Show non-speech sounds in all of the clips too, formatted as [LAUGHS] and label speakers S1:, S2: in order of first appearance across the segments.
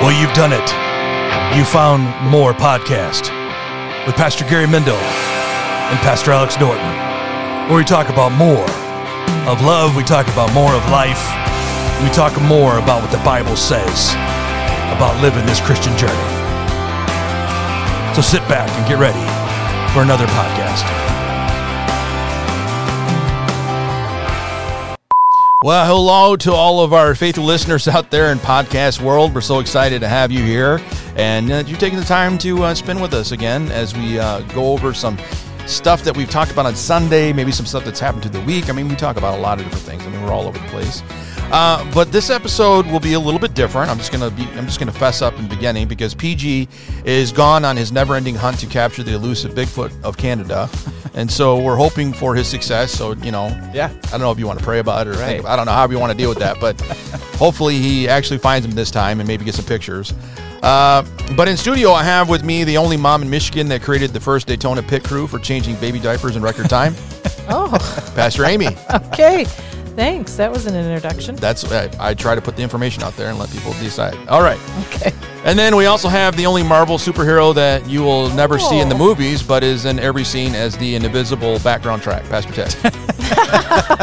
S1: Well, you've done it. You found more podcast with Pastor Gary Mendel and Pastor Alex Norton, where we talk about more of love, we talk about more of life, we talk more about what the Bible says about living this Christian journey. So sit back and get ready for another podcast.
S2: Well, Uh, hello to all of our faithful listeners out there in podcast world. We're so excited to have you here and uh, you taking the time to uh, spend with us again as we uh, go over some stuff that we've talked about on Sunday, maybe some stuff that's happened to the week. I mean, we talk about a lot of different things. I mean, we're all over the place. Uh, but this episode will be a little bit different. I'm just gonna be, I'm just gonna fess up in the beginning because PG is gone on his never-ending hunt to capture the elusive Bigfoot of
S3: [LAUGHS]
S2: Canada, and so we're hoping for his success. So you know,
S3: Yeah.
S2: I don't know if you want to pray about it or
S3: Right.
S2: think about, I don't know how we want to deal with that,
S3: [LAUGHS]
S2: but hopefully he actually finds him this time and maybe gets some pictures. Uh, but in studio, I have with me the only mom in Michigan that created the first Daytona pit crew for changing baby diapers in record
S3: [LAUGHS]
S2: time,
S4: Oh,
S2: Pastor Amy.
S4: okay. Thanks. That was an introduction.
S2: That's I, I try to put the information out there and let people decide. All right.
S4: Okay.
S2: And then we also have the only Marvel superhero that you will never see in the
S4: Oh.
S2: movies, but is in every scene as the invisible background track, Pastor Ted.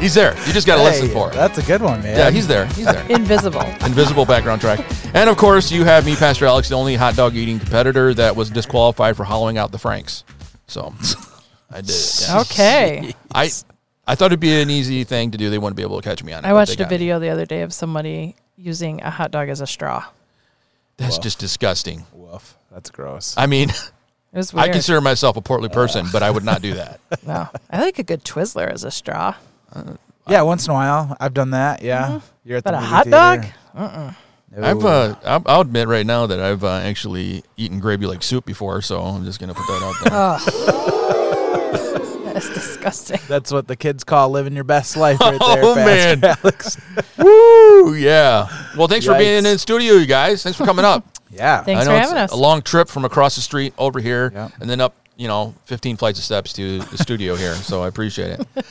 S2: he's there. You just got to listen
S3: Hey,
S2: for it.
S3: That's a good one, man.
S2: Yeah, he's there. He's there.
S4: Invisible.
S2: Invisible background track. And of course, you have me, Pastor Alex, the only hot dog eating competitor that was disqualified for hollowing out the Franks. So I did it. yeah.
S4: Okay.
S2: I I thought it'd be an easy thing to do. They wouldn't be able to catch me on it.
S4: I
S2: but
S4: watched
S2: they
S4: a
S2: got me.
S4: video the other day of somebody using a hot dog as a straw.
S2: That's just disgusting.
S3: Woof. That's gross.
S2: I mean, [LAUGHS]
S4: It was
S2: I
S4: weird.
S2: consider myself a portly person, but I would not do that.
S4: no. I like a good Twizzler as a straw. [LAUGHS]
S3: yeah, once in a while I've done that. Yeah. You're at
S4: But Mm-hmm. a
S3: movie
S4: hot
S3: theater.
S4: dog?
S3: No.
S2: Uh-uh. I've uh, I'm- I'll admit right now that I've uh, actually eaten gravy like soup before, so I'm just gonna put that out there.
S4: That's disgusting.
S3: That's what the kids call living your best life
S2: [LAUGHS]
S3: right there,
S2: Oh,
S3: Pastor
S2: man.
S3: Alex.
S2: Woo! Yeah. Well, thanks for being in
S3: Yikes.
S2: the studio, you guys. Thanks for coming up.
S3: Yeah.
S4: Thanks
S2: I know
S4: for
S2: it's
S4: having us.
S2: A long trip from across the street over here,
S3: Yeah.
S2: and then up, you know, 15 flights of steps to the studio here. So I appreciate
S4: [LAUGHS]
S2: it.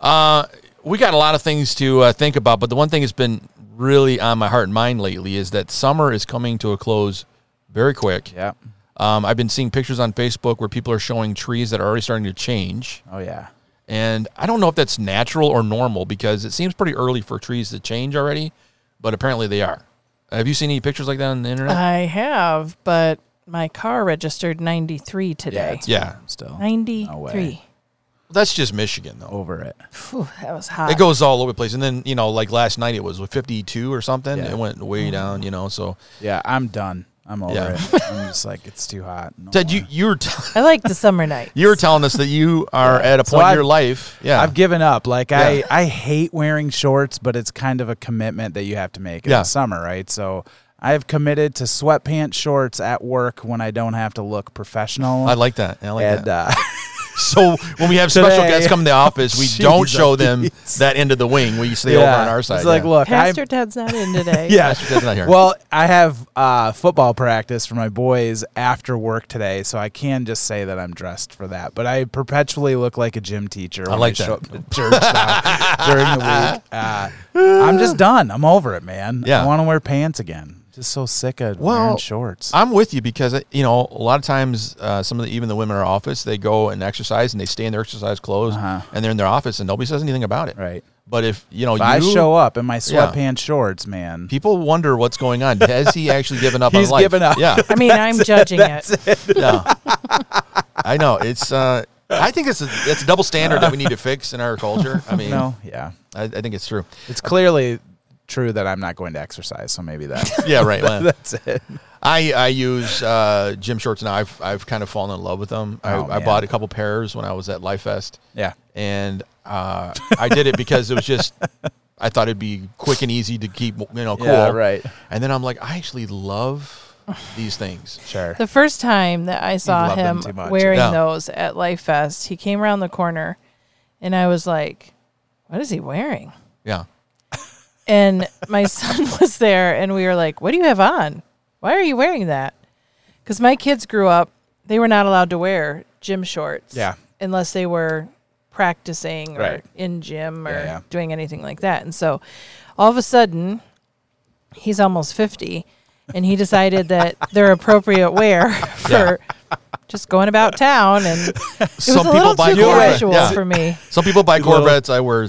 S2: Uh, we got a lot of things to uh, think about, but the one thing that's been really on my heart and mind lately is that summer is coming to a close very quick.
S3: Yeah.
S2: Um, I've been seeing pictures on Facebook where people are showing trees that are already starting to change.
S3: Oh yeah.
S2: And I don't know if that's natural or normal because it seems pretty early for trees to change already, but apparently they are. Have you seen any pictures like that on the internet?
S4: I have, but my car registered 93 today.
S3: it's
S2: yeah.
S3: Still
S4: 93.
S3: way.
S2: That's just Michigan, though.
S3: over it.
S4: Phew, that was hot.
S2: It goes all over the place. And then, you know, like last night it was what, 52 or something.
S3: Yeah. Mm-hmm.
S2: It went way down, you know. So,
S3: Yeah, I'm done. I'm over
S2: Yeah.
S3: it. I'm just like it's
S2: [LAUGHS]
S3: too hot. No
S2: Ted, you,
S3: more.
S2: you, were t-
S4: I like the summer night.
S2: [LAUGHS] you were telling us that
S3: [LAUGHS]
S2: you are at a point
S3: So
S2: in
S3: I've-
S2: your life. Yeah.
S3: I've given up. Like
S2: Yeah.
S3: I, I hate wearing shorts, but it's kind of a commitment that you have to make in
S2: Yeah.
S3: the summer, right? So I have committed to sweatpants shorts at work when I don't have to look professional.
S2: I like that. I like
S3: and
S2: that.
S3: uh,
S2: [LAUGHS] So when we have special
S3: Today-
S2: guests come to the office,
S3: [LAUGHS]
S2: we don't show them
S3: Jeez.
S2: that end of the wing. We stay
S3: [LAUGHS]
S2: over on our side.
S3: It's like,
S2: yeah.
S3: look, I'm,
S4: Pastor Ted's not in today.
S3: yeah.
S2: Pastor Ted's not here.
S3: Well, I have uh, football practice for my boys after work today, so I can just say that I'm dressed for that. But I perpetually look like a gym teacher. When I
S2: like
S3: show up
S2: that.
S3: to [LAUGHS] church now during the week. Uh, I'm just done. I'm over it, man.
S2: Yeah.
S3: I want to wear pants again. Just so sick of
S2: Well,
S3: wearing shorts.
S2: I'm with you because uh, you know a lot of times uh, some of the even the women in our office they go and exercise and they stay in their exercise clothes
S3: Uh-huh.
S2: and they're in their office and nobody says anything about it.
S3: right.
S2: But if you know
S3: If
S2: you
S3: I show up in my
S2: Yeah.
S3: sweatpants shorts, man.
S2: people wonder what's going on. Has
S3: [LAUGHS]
S2: he actually given up
S3: He's
S2: on life?
S3: given up. [LAUGHS]
S2: Yeah,
S4: I mean, I'm judging it.
S2: no. I know it's. Uh, I think it's a it's a double standard that we need to fix in our culture. I mean,
S3: No, yeah.
S2: I, I think it's true.
S3: It's clearly true that I'm not going to exercise, so maybe that.
S2: [LAUGHS]
S3: [LAUGHS]
S2: Yeah, right. Lance.
S3: that's it.
S2: I, I use uh, gym shorts now. I've I've kind of fallen in love with them. I,
S3: Oh,
S2: I
S3: man.
S2: bought a couple pairs when I was at Life Fest,
S3: Yeah.
S2: and uh, I did it because it was just I thought it'd be quick and easy to keep you know cool.
S3: Yeah, right.
S2: And then I'm like, I actually love these things.
S3: Sure.
S4: The first time that I saw
S3: love them
S4: him
S3: too much.
S4: wearing
S2: Yeah.
S4: those at Life Fest, he came around the corner and I was like, What is he wearing?
S2: Yeah,
S4: And my [LAUGHS] son was there and we were like, What do you have on? Why are you wearing that? Because my kids grew up, they were not allowed to wear gym shorts.
S3: Yeah.
S4: Unless they were practicing or
S3: Right.
S4: in gym or
S3: Yeah, yeah.
S4: doing anything like that. And so all of a sudden, he's almost 50 and he decided that their appropriate wear for just going about town and it was
S2: Some
S4: a
S2: people
S4: little
S2: buy
S4: too
S2: Corvette,
S4: casual
S2: yeah.
S4: for me.
S2: Some people
S3: [LAUGHS]
S2: buy Corvettes. I wear.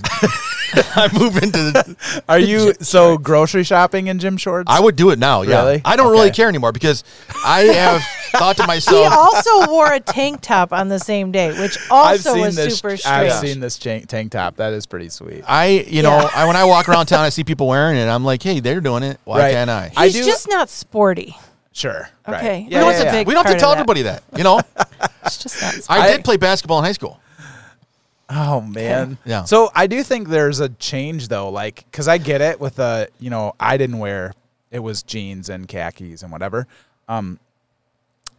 S2: I move into. The,
S3: Are you so grocery shopping in gym shorts?
S2: I would do it now. Yeah.
S3: Really?
S2: I don't really
S3: Okay.
S2: care anymore because I have
S3: [LAUGHS]
S2: thought to
S4: He
S3: Oh.
S2: myself.
S4: also wore a tank top on the same day, which also was
S3: this.
S4: super strange.
S3: I've seen this tank, tank top. That is pretty sweet.
S2: I, you know,
S4: Yeah.
S2: I when I walk around town, I see people wearing it. I'm like, hey, they're doing it. Why
S3: Right.
S2: can't I?
S3: I
S4: He's
S3: do-
S4: just not sporty.
S3: Sure. right.
S4: Okay.
S3: Yeah,
S4: That
S3: yeah,
S4: was a
S3: yeah.
S4: big
S2: we don't have to
S4: part of
S2: tell
S4: that.
S2: everybody that. You
S3: [LAUGHS]
S2: know,
S4: It's just not sporty.
S2: I
S3: I-
S2: did play basketball in high school.
S3: Oh man.
S2: Yeah.
S3: So I do think there's a change though, like because I get it with the you know I didn't wear it was jeans and khakis and whatever. Um,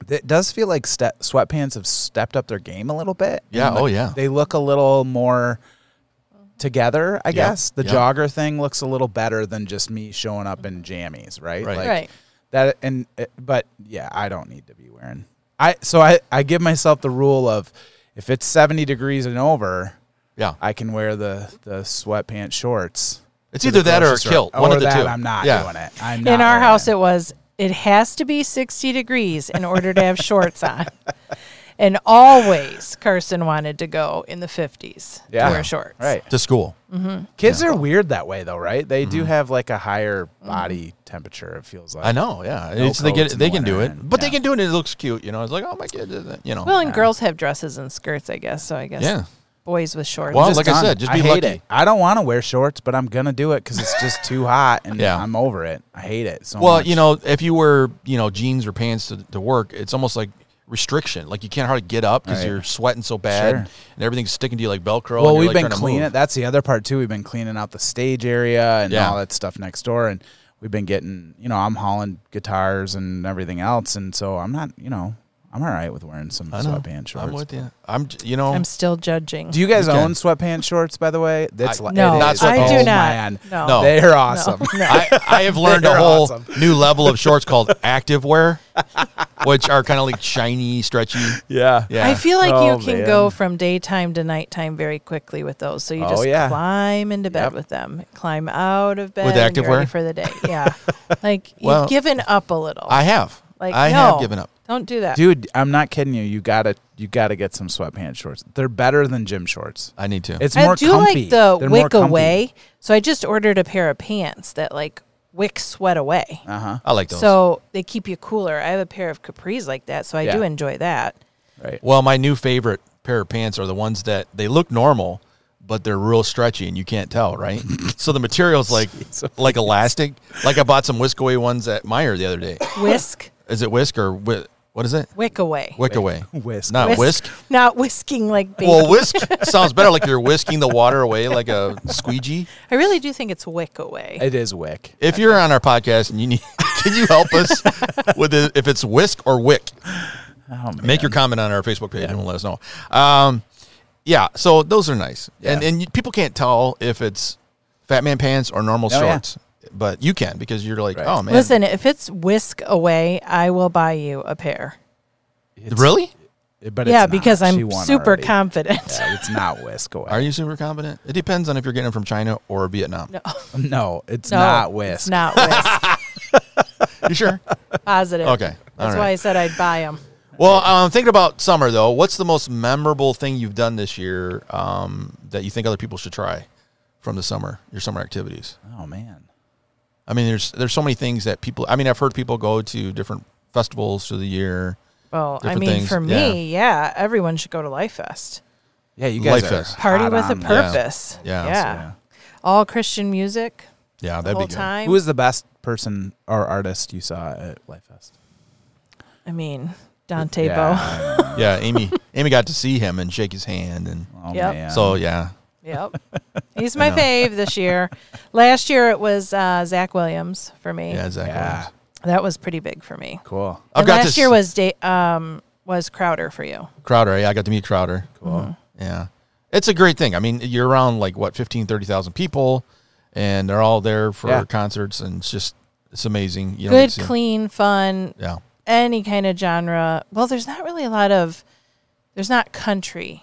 S3: it does feel like ste- sweatpants have stepped up their game a little bit.
S2: Yeah,
S3: And
S2: oh, yeah.
S3: They look a little more together, I guess. The
S2: yeah.
S3: jogger thing looks a little better than just me showing up in jammies, right?
S2: Right.
S4: Right.
S3: that and it- but yeah i don't need to be wearing i so i i give myself the rule of if it's 70 degrees and over
S2: Yeah,
S3: i can wear the the sweatpants shorts
S2: it's
S3: to
S2: either
S3: the
S2: that or a
S3: grocery store.
S2: kilt. One
S3: or
S2: of the
S3: that,
S2: two.
S3: i'm not
S2: yeah.
S3: doing it i'm not
S4: In our
S3: wearing
S4: house,
S3: it.
S4: it was it has to be 60 degrees in order to have shorts
S3: [LAUGHS]
S4: on. And always Carson wanted to go in the 50s
S3: Yeah.
S4: to wear shorts.
S3: right
S2: To school.
S3: kids
S2: Mm-hmm.
S3: are weird that way though right they do have like a higher body temperature it feels like
S2: I know. Yeah,
S3: No
S2: it's, they get
S3: coats in
S2: they
S3: the
S2: can do
S3: winter
S2: it,
S3: and-
S2: but they
S3: yeah.
S2: can do it. and It looks cute. You know, it's like, oh my kid, did that, you know.
S4: Well, and girls have dresses and skirts, I guess. So I guess
S2: Yeah.
S4: boys with shorts.
S2: Well,
S3: Just
S2: like I
S3: done.
S2: said, just be
S3: hate
S2: lucky.
S3: it. I don't want to wear shorts, but I'm gonna do it because it's just too hot, and
S2: Yeah.
S3: I'm over it. I hate it so
S2: Well,
S3: much.
S2: you know, if you wear you know jeans or pants to, to work, it's almost like restriction. Like you can't hardly get up because
S3: Right.
S2: you're sweating so bad
S3: Sure.
S2: and everything's sticking to you like Velcro. and
S3: Well,
S2: you're,
S3: we've
S2: like,
S3: been
S2: trying to
S3: cleaning.
S2: move.
S3: That's the other part too. We've been cleaning out the stage area and
S2: Yeah.
S3: all that stuff next door, and we've been getting. You know, I'm hauling guitars and everything else, and so I'm not. You know, I'm all right with wearing some
S2: I know.
S3: sweatpants shorts.
S2: I'm with you. I'm j- you know
S4: I'm still judging.
S3: Do you guys
S2: Okay.
S3: own sweatpants shorts? By the way, that's
S2: I-
S3: like
S4: no,
S3: it
S2: Not
S3: is.
S2: sweatpants.
S4: I
S3: Oh,
S4: do not.
S3: man.
S4: No.
S2: No.
S3: They are
S4: [LAUGHS]
S3: awesome.
S2: [LAUGHS] I, I
S3: [LAUGHS]
S2: have learned a
S3: They're
S2: whole
S3: awesome.
S2: new level of shorts
S3: [LAUGHS]
S2: called active wear, which are kind of like shiny, stretchy.
S3: Yeah.
S2: Yeah.
S4: I feel like
S3: Oh,
S4: you can
S3: man.
S4: go from daytime to nighttime very quickly with those. So you
S3: Oh,
S4: just
S3: yeah.
S4: climb into bed
S3: Yep.
S4: with them, climb out of bed
S2: With
S4: and you're
S2: activewear?
S4: ready for the
S3: [LAUGHS]
S4: day. Yeah, like you've
S2: Well,
S4: given up a little.
S2: I have.
S4: like
S2: I
S4: no,
S2: have given up.
S4: Don't do that.
S3: Dude, I'm not kidding you. You gotta, you gotta get some sweatpants shorts. They're better than gym shorts.
S2: I need to.
S3: It's
S4: I
S3: more
S4: do
S3: comfy.
S4: like the
S3: They're more
S4: wick
S3: comfy.
S4: away. So I just ordered a pair of pants that like wick sweat away.
S3: Ah.
S2: I like those.
S4: So they keep you cooler. I have a pair of capris like that, so I do
S3: Yeah.
S4: enjoy that.
S3: Right.
S2: well, my new favorite pair of pants are the ones that they look normal, but they're real stretchy and you can't tell, right?
S3: [LAUGHS]
S2: so the material's like like elastic. Like I bought some whisk away ones at Meyer the other day.
S4: Whisk,
S2: Is it whisk or whi- what is it?
S4: wick away.
S2: Wick away.
S3: Whisk.
S2: Not whisk.
S4: [LAUGHS] Not whisking like baby.
S2: Well, whisk sounds better like you're whisking the water away like a squeegee.
S4: I really do think it's wick away.
S3: It is wick.
S2: If you're on our podcast and you need, [LAUGHS] can you help us with the, if it's whisk or wick?
S3: Oh, man.
S2: Make your comment on our Facebook page and let us know. Um, yeah, so those are nice, and
S3: Yeah.
S2: and you, people can't tell if it's fat man pants or normal
S3: Oh, yeah.
S2: shorts, but you can because you're like,
S3: Right.
S2: oh man,
S4: Listen, if it's whisk away, I will buy you a pair.
S3: It's-
S2: really?
S3: But
S4: yeah,
S3: it's not.
S4: because
S3: She
S4: I'm
S3: won
S4: super
S3: already.
S4: confident.
S3: Yeah, it's not whisk away.
S2: Are you super confident? It depends on if you're getting them from China or Vietnam.
S3: [LAUGHS] No,
S4: [LAUGHS]
S3: it's
S4: No,
S3: not
S4: It's
S3: whisk.
S4: not whisk.
S2: You
S4: [LAUGHS]
S2: sure?
S4: Positive.
S2: Okay, all
S4: That's
S2: right.
S4: why I said I'd buy them.
S2: Well, um, thinking about summer though, what's the most memorable thing you've done this year um, that you think other people should try from the summer? Your summer activities.
S3: Oh man.
S2: I mean, there's there's so many things that people. I mean, I've heard people go to different festivals through the year.
S4: Well, I
S2: Different
S4: mean,
S2: things,
S4: for
S2: yeah.
S4: me, yeah. everyone should go to Life Fest.
S3: Yeah, you guys
S2: Life
S3: are
S2: is.
S4: Party
S3: hot
S4: with a
S3: on that.
S4: purpose.
S2: Yeah.
S4: Yeah.
S2: Yeah.
S4: All Christian music
S2: Yeah,
S4: the
S2: that'd
S4: whole
S2: be good.
S4: time.
S3: Who was the best person or artist you saw at Life Fest?
S4: I mean, Dante
S3: [LAUGHS]
S4: Bo. [LAUGHS]
S3: Yeah.
S2: Yeah, Amy. Amy got to see him and shake his hand, and
S3: Oh
S4: Yep.
S3: man.
S2: so yeah,
S4: Yep. He's my
S2: know.
S4: fave this year. Last year it was uh, Zach Williams for me.
S2: yeah, Zach.
S3: Yeah.
S2: Williams.
S4: That was pretty big for me.
S3: cool.
S2: I've
S4: and
S2: got
S4: last
S2: this-
S4: year was da- um was Crowder for you.
S2: Crowder. Yeah, I got to meet Crowder. Cool.
S4: Mm-hmm.
S2: Yeah, it's a great thing. I mean, you're around like what 15, 30,000 people, and they're all there for
S3: Yeah.
S2: concerts, and it's just it's amazing. You know,
S4: Good,
S2: it's, uh,
S4: clean, fun,
S2: Yeah,
S4: any kind of genre. Well, there's not really a lot of there's not country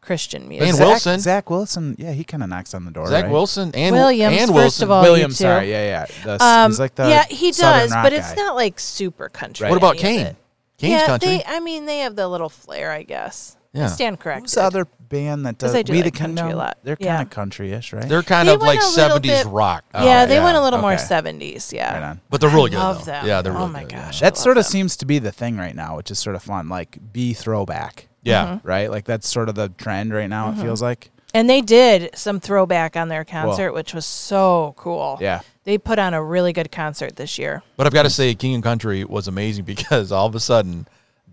S4: Christian music.
S2: And
S3: Zach-
S2: Wilson.
S3: Zach Wilson. Yeah, he kind of knocks on the door.
S2: Zach
S3: right?
S2: Wilson and
S4: Williams,
S2: and
S4: first
S2: Wilson.
S4: of all.
S3: Williams,
S4: Oh, you two.
S3: sorry, yeah, yeah. The,
S4: Um,
S3: he's like the
S4: yeah, he
S3: Southern
S4: does,
S3: rock
S4: but it's
S3: guy.
S4: not like super country.
S2: What about
S4: any of
S2: Kane?
S4: it.
S2: Kane's
S4: yeah,
S2: country.
S4: they. I mean, they have the little flair, I guess.
S2: Yeah.
S4: I stand corrected.
S3: Who's the other band that does
S4: I do
S3: We the
S4: like country
S3: Kingdom?
S4: a lot.
S3: They're kind
S4: Yeah.
S3: of country-ish, right?
S2: They're kind
S4: They
S2: of
S4: went
S2: like
S4: a little
S2: 70s
S4: bit-
S2: rock. Uh,
S4: yeah, they
S3: yeah,
S4: went a little more
S3: okay.
S4: seventies. Yeah,
S3: Right on.
S2: But they're really good.
S4: love
S2: though.
S4: them.
S2: Yeah, they're really
S4: oh my
S2: good, yeah.
S4: gosh, I
S3: that
S4: love
S3: sort of
S4: them.
S3: seems to be the thing right now, which is sort of fun, like be throwback,
S2: Yeah.
S4: Mm-hmm.
S3: right? Like that's sort of the trend right now. It feels like.
S4: And they did some throwback on their concert, which was so cool.
S3: Yeah.
S4: They put on a really good concert this year.
S2: But I've got to say, King and Country was amazing [LAUGHS] because all of a sudden,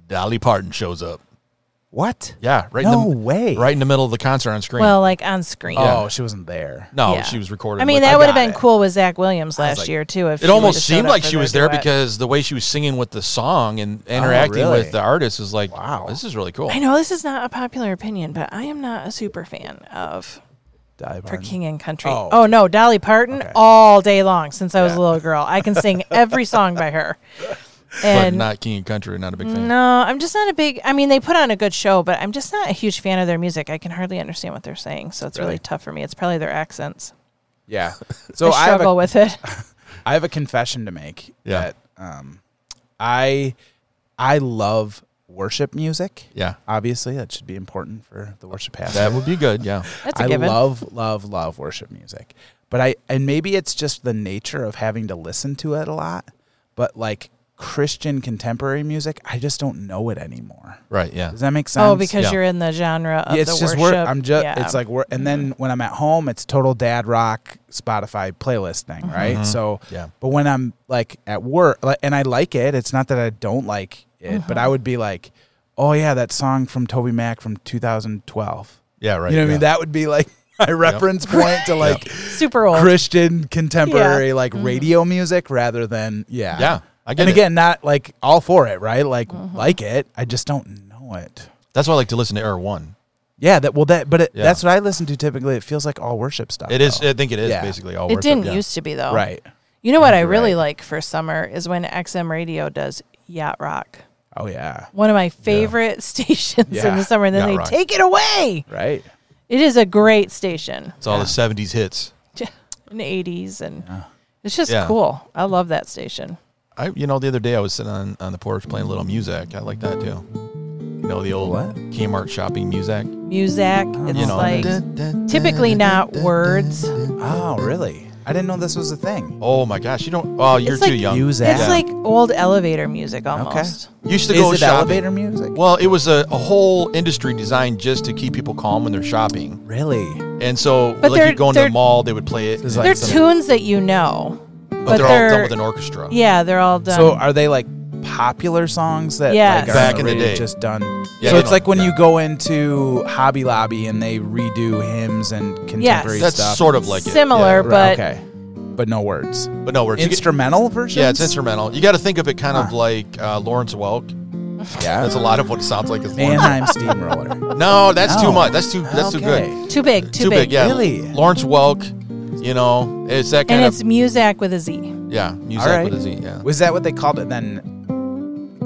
S2: Dolly Parton shows up.
S3: What?
S2: Yeah, right.
S3: No
S2: in the,
S3: way.
S2: Right in the middle of the concert on screen.
S4: Well, like on screen.
S3: Oh, she wasn't there.
S2: no,
S4: Yeah.
S2: oh, she was recorded.
S4: I mean,
S2: with-
S4: that
S3: I
S4: would have
S3: got
S4: been
S3: it.
S4: cool with Zach Williams last
S3: like-
S4: year too. If
S2: It
S4: she
S2: almost
S4: would've showed
S2: seemed
S4: up
S2: like
S4: for
S2: she
S4: their
S2: was there
S4: duet. Oh,
S2: because the way she was singing with the song and interacting
S3: really?
S2: with the artist is like,
S3: Wow.
S2: this is really cool.
S4: I know this is not a popular opinion, but I am not a super fan of
S3: Dolly
S4: for
S3: Parton.
S4: King and Country.
S3: Oh.
S4: Oh, no, Dolly Parton
S3: Okay.
S4: all day long since I was
S3: Yeah.
S4: a little girl. I can sing every song by her.
S2: But
S4: And
S2: not King and Country, not a big fan.
S4: no, I'm just not a big. I mean, they put on a good show, but I'm just not a huge fan of their music. I can hardly understand what they're saying, so it's really,
S3: Really?
S4: tough for me. It's probably their accents. [LAUGHS]
S3: Yeah.
S4: I
S3: So I have a
S4: struggle with it.
S3: I have a confession to make.
S2: Yeah.
S3: That, um, I I love worship music.
S2: Yeah.
S3: Obviously, that should be important for the worship pastor.
S2: That would be good. Yeah.
S4: That's a
S3: I
S4: given.
S3: love, love, love worship music. But I and maybe it's just the nature of having to listen to it a lot. But like Christian contemporary music, I just don't know it anymore.
S2: Right. Yeah.
S3: Does that make sense?
S4: oh, because
S2: Yeah.
S4: you're in the genre of
S3: Yeah, it's
S4: the
S3: just
S4: worship.
S3: work. I'm just.
S4: Yeah. Mm-hmm.
S3: It's like work. And then when I'm at home, it's total dad rock Spotify playlist thing,
S4: Mm-hmm.
S3: right? So
S2: Yeah.
S3: But when I'm like at work, like, and I like it, it's not that I don't like it,
S4: Mm-hmm.
S3: but I would be like, oh yeah, that song from Toby Mac from 2012.
S2: Yeah. Right.
S3: you know what I
S2: yeah.
S3: mean? That would be like [LAUGHS] my reference point to like
S4: super old.
S3: Christian contemporary like radio music rather than yeah
S2: Yeah, I get
S3: and
S2: it.
S3: again, not like all for it, right? Like like it. I just don't know it.
S2: That's why I like to listen to Air One.
S3: Yeah, that well that but it,
S2: Yeah.
S3: that's what I listen to typically. It feels like all worship stuff.
S2: It is.
S3: though.
S2: I think it is
S3: Yeah.
S2: basically all.
S4: It
S2: worship,
S4: didn't
S2: yeah.
S4: used to be though.
S3: right.
S4: You know what I really like for summer is when XM Radio does yacht rock.
S3: Oh yeah.
S4: One of my favorite [LAUGHS] stations in
S3: Yeah,
S4: the summer, and then
S2: yacht
S4: they
S2: rock.
S4: take it away.
S3: Right.
S4: It is a great station.
S2: It's all the '70s hits.
S4: in the 80s and it's just
S2: Yeah.
S4: cool i love that station
S2: I, you know, the other day I was sitting on, on the porch playing a little music. I like that too. You know, the old
S3: What?
S2: Kmart shopping music.
S4: music it's
S2: You know,
S4: like
S2: dun, dun,
S4: typically
S2: dun,
S4: not
S2: dun,
S4: words
S3: Oh really? I didn't know this was a thing.
S2: Oh my gosh, you don't. Oh, you're
S4: It's
S2: too
S4: like
S2: young.
S3: music.
S4: it's
S3: Yeah.
S4: like old elevator music almost
S2: You used to
S3: Is
S2: go
S3: it
S2: shopping.
S3: elevator music?
S2: Well, it was a, a whole industry designed just to keep people calm when they're shopping.
S3: Really?
S2: And so,
S4: But
S2: like
S4: they're-
S2: you go into the
S4: they're-
S2: mall, they would play it,
S3: It's
S2: and-
S3: like
S4: they're
S3: some-
S4: tunes that you know
S2: but,
S4: but
S2: they're, all done
S4: they're-
S2: with an orchestra.
S4: yeah they're all done
S3: So are they like popular songs that
S4: Yes.
S3: like are
S2: Back in the
S3: really
S2: day.
S3: just done?
S2: Yeah,
S3: so
S2: they
S3: it's like
S2: don't-
S3: when
S2: yeah.
S3: you go into Hobby Lobby and they redo hymns and contemporary
S2: that's
S3: stuff.
S2: sort of like it.
S4: similar
S3: Right,
S4: but
S3: okay, but no words.
S2: But no, we're
S3: Instrumental version.
S2: Yeah, it's instrumental. You got to think of it kind of like uh, Lawrence Welk.
S3: Yeah,
S2: That's a lot of what it sounds like. Is Lawrence.
S3: Anaheim Steamroller.
S2: No, that's too
S3: No.
S2: much. That's too. [LAUGHS] That's too good.
S3: Okay.
S4: too big too,
S2: too, big. Yeah,
S3: Really?
S2: Lawrence Welk. You know, it's that kind
S4: and
S2: of
S4: it's music with a z
S2: yeah music
S3: All right.
S2: with a Z. Yeah,
S3: Was that what they called it then?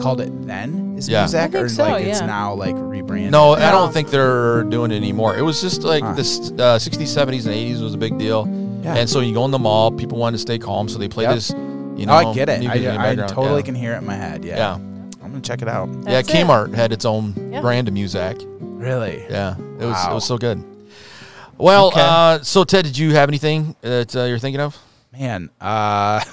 S3: Called it then? Is
S2: Yeah.
S3: Muzak
S4: I think
S3: or
S4: so,
S3: like it's
S4: yeah.
S3: now like rebranded?
S2: no, I
S4: No.
S2: don't think they're doing it anymore. It was just like
S3: Huh.
S2: this uh, '60s, '70s, and '80s was a big deal.
S3: Yeah.
S2: And so you go in the mall, people want to stay calm, so they play
S3: Yep.
S2: this. You know,
S3: No, Oh, I get it.
S2: music in the
S3: I, I
S2: background.
S3: totally
S2: yeah.
S3: can hear it in my head. Yeah.
S2: Yeah,
S3: I'm gonna check it out.
S2: yeah.
S4: That's it.
S2: Kmart had its own
S4: Yeah.
S2: brand of music.
S3: Really?
S2: Yeah, it was it
S3: Wow.
S2: was so good. Well,
S3: Okay.
S2: uh, so Ted, did you have anything that uh, you're thinking of?
S3: Man, uh, [LAUGHS]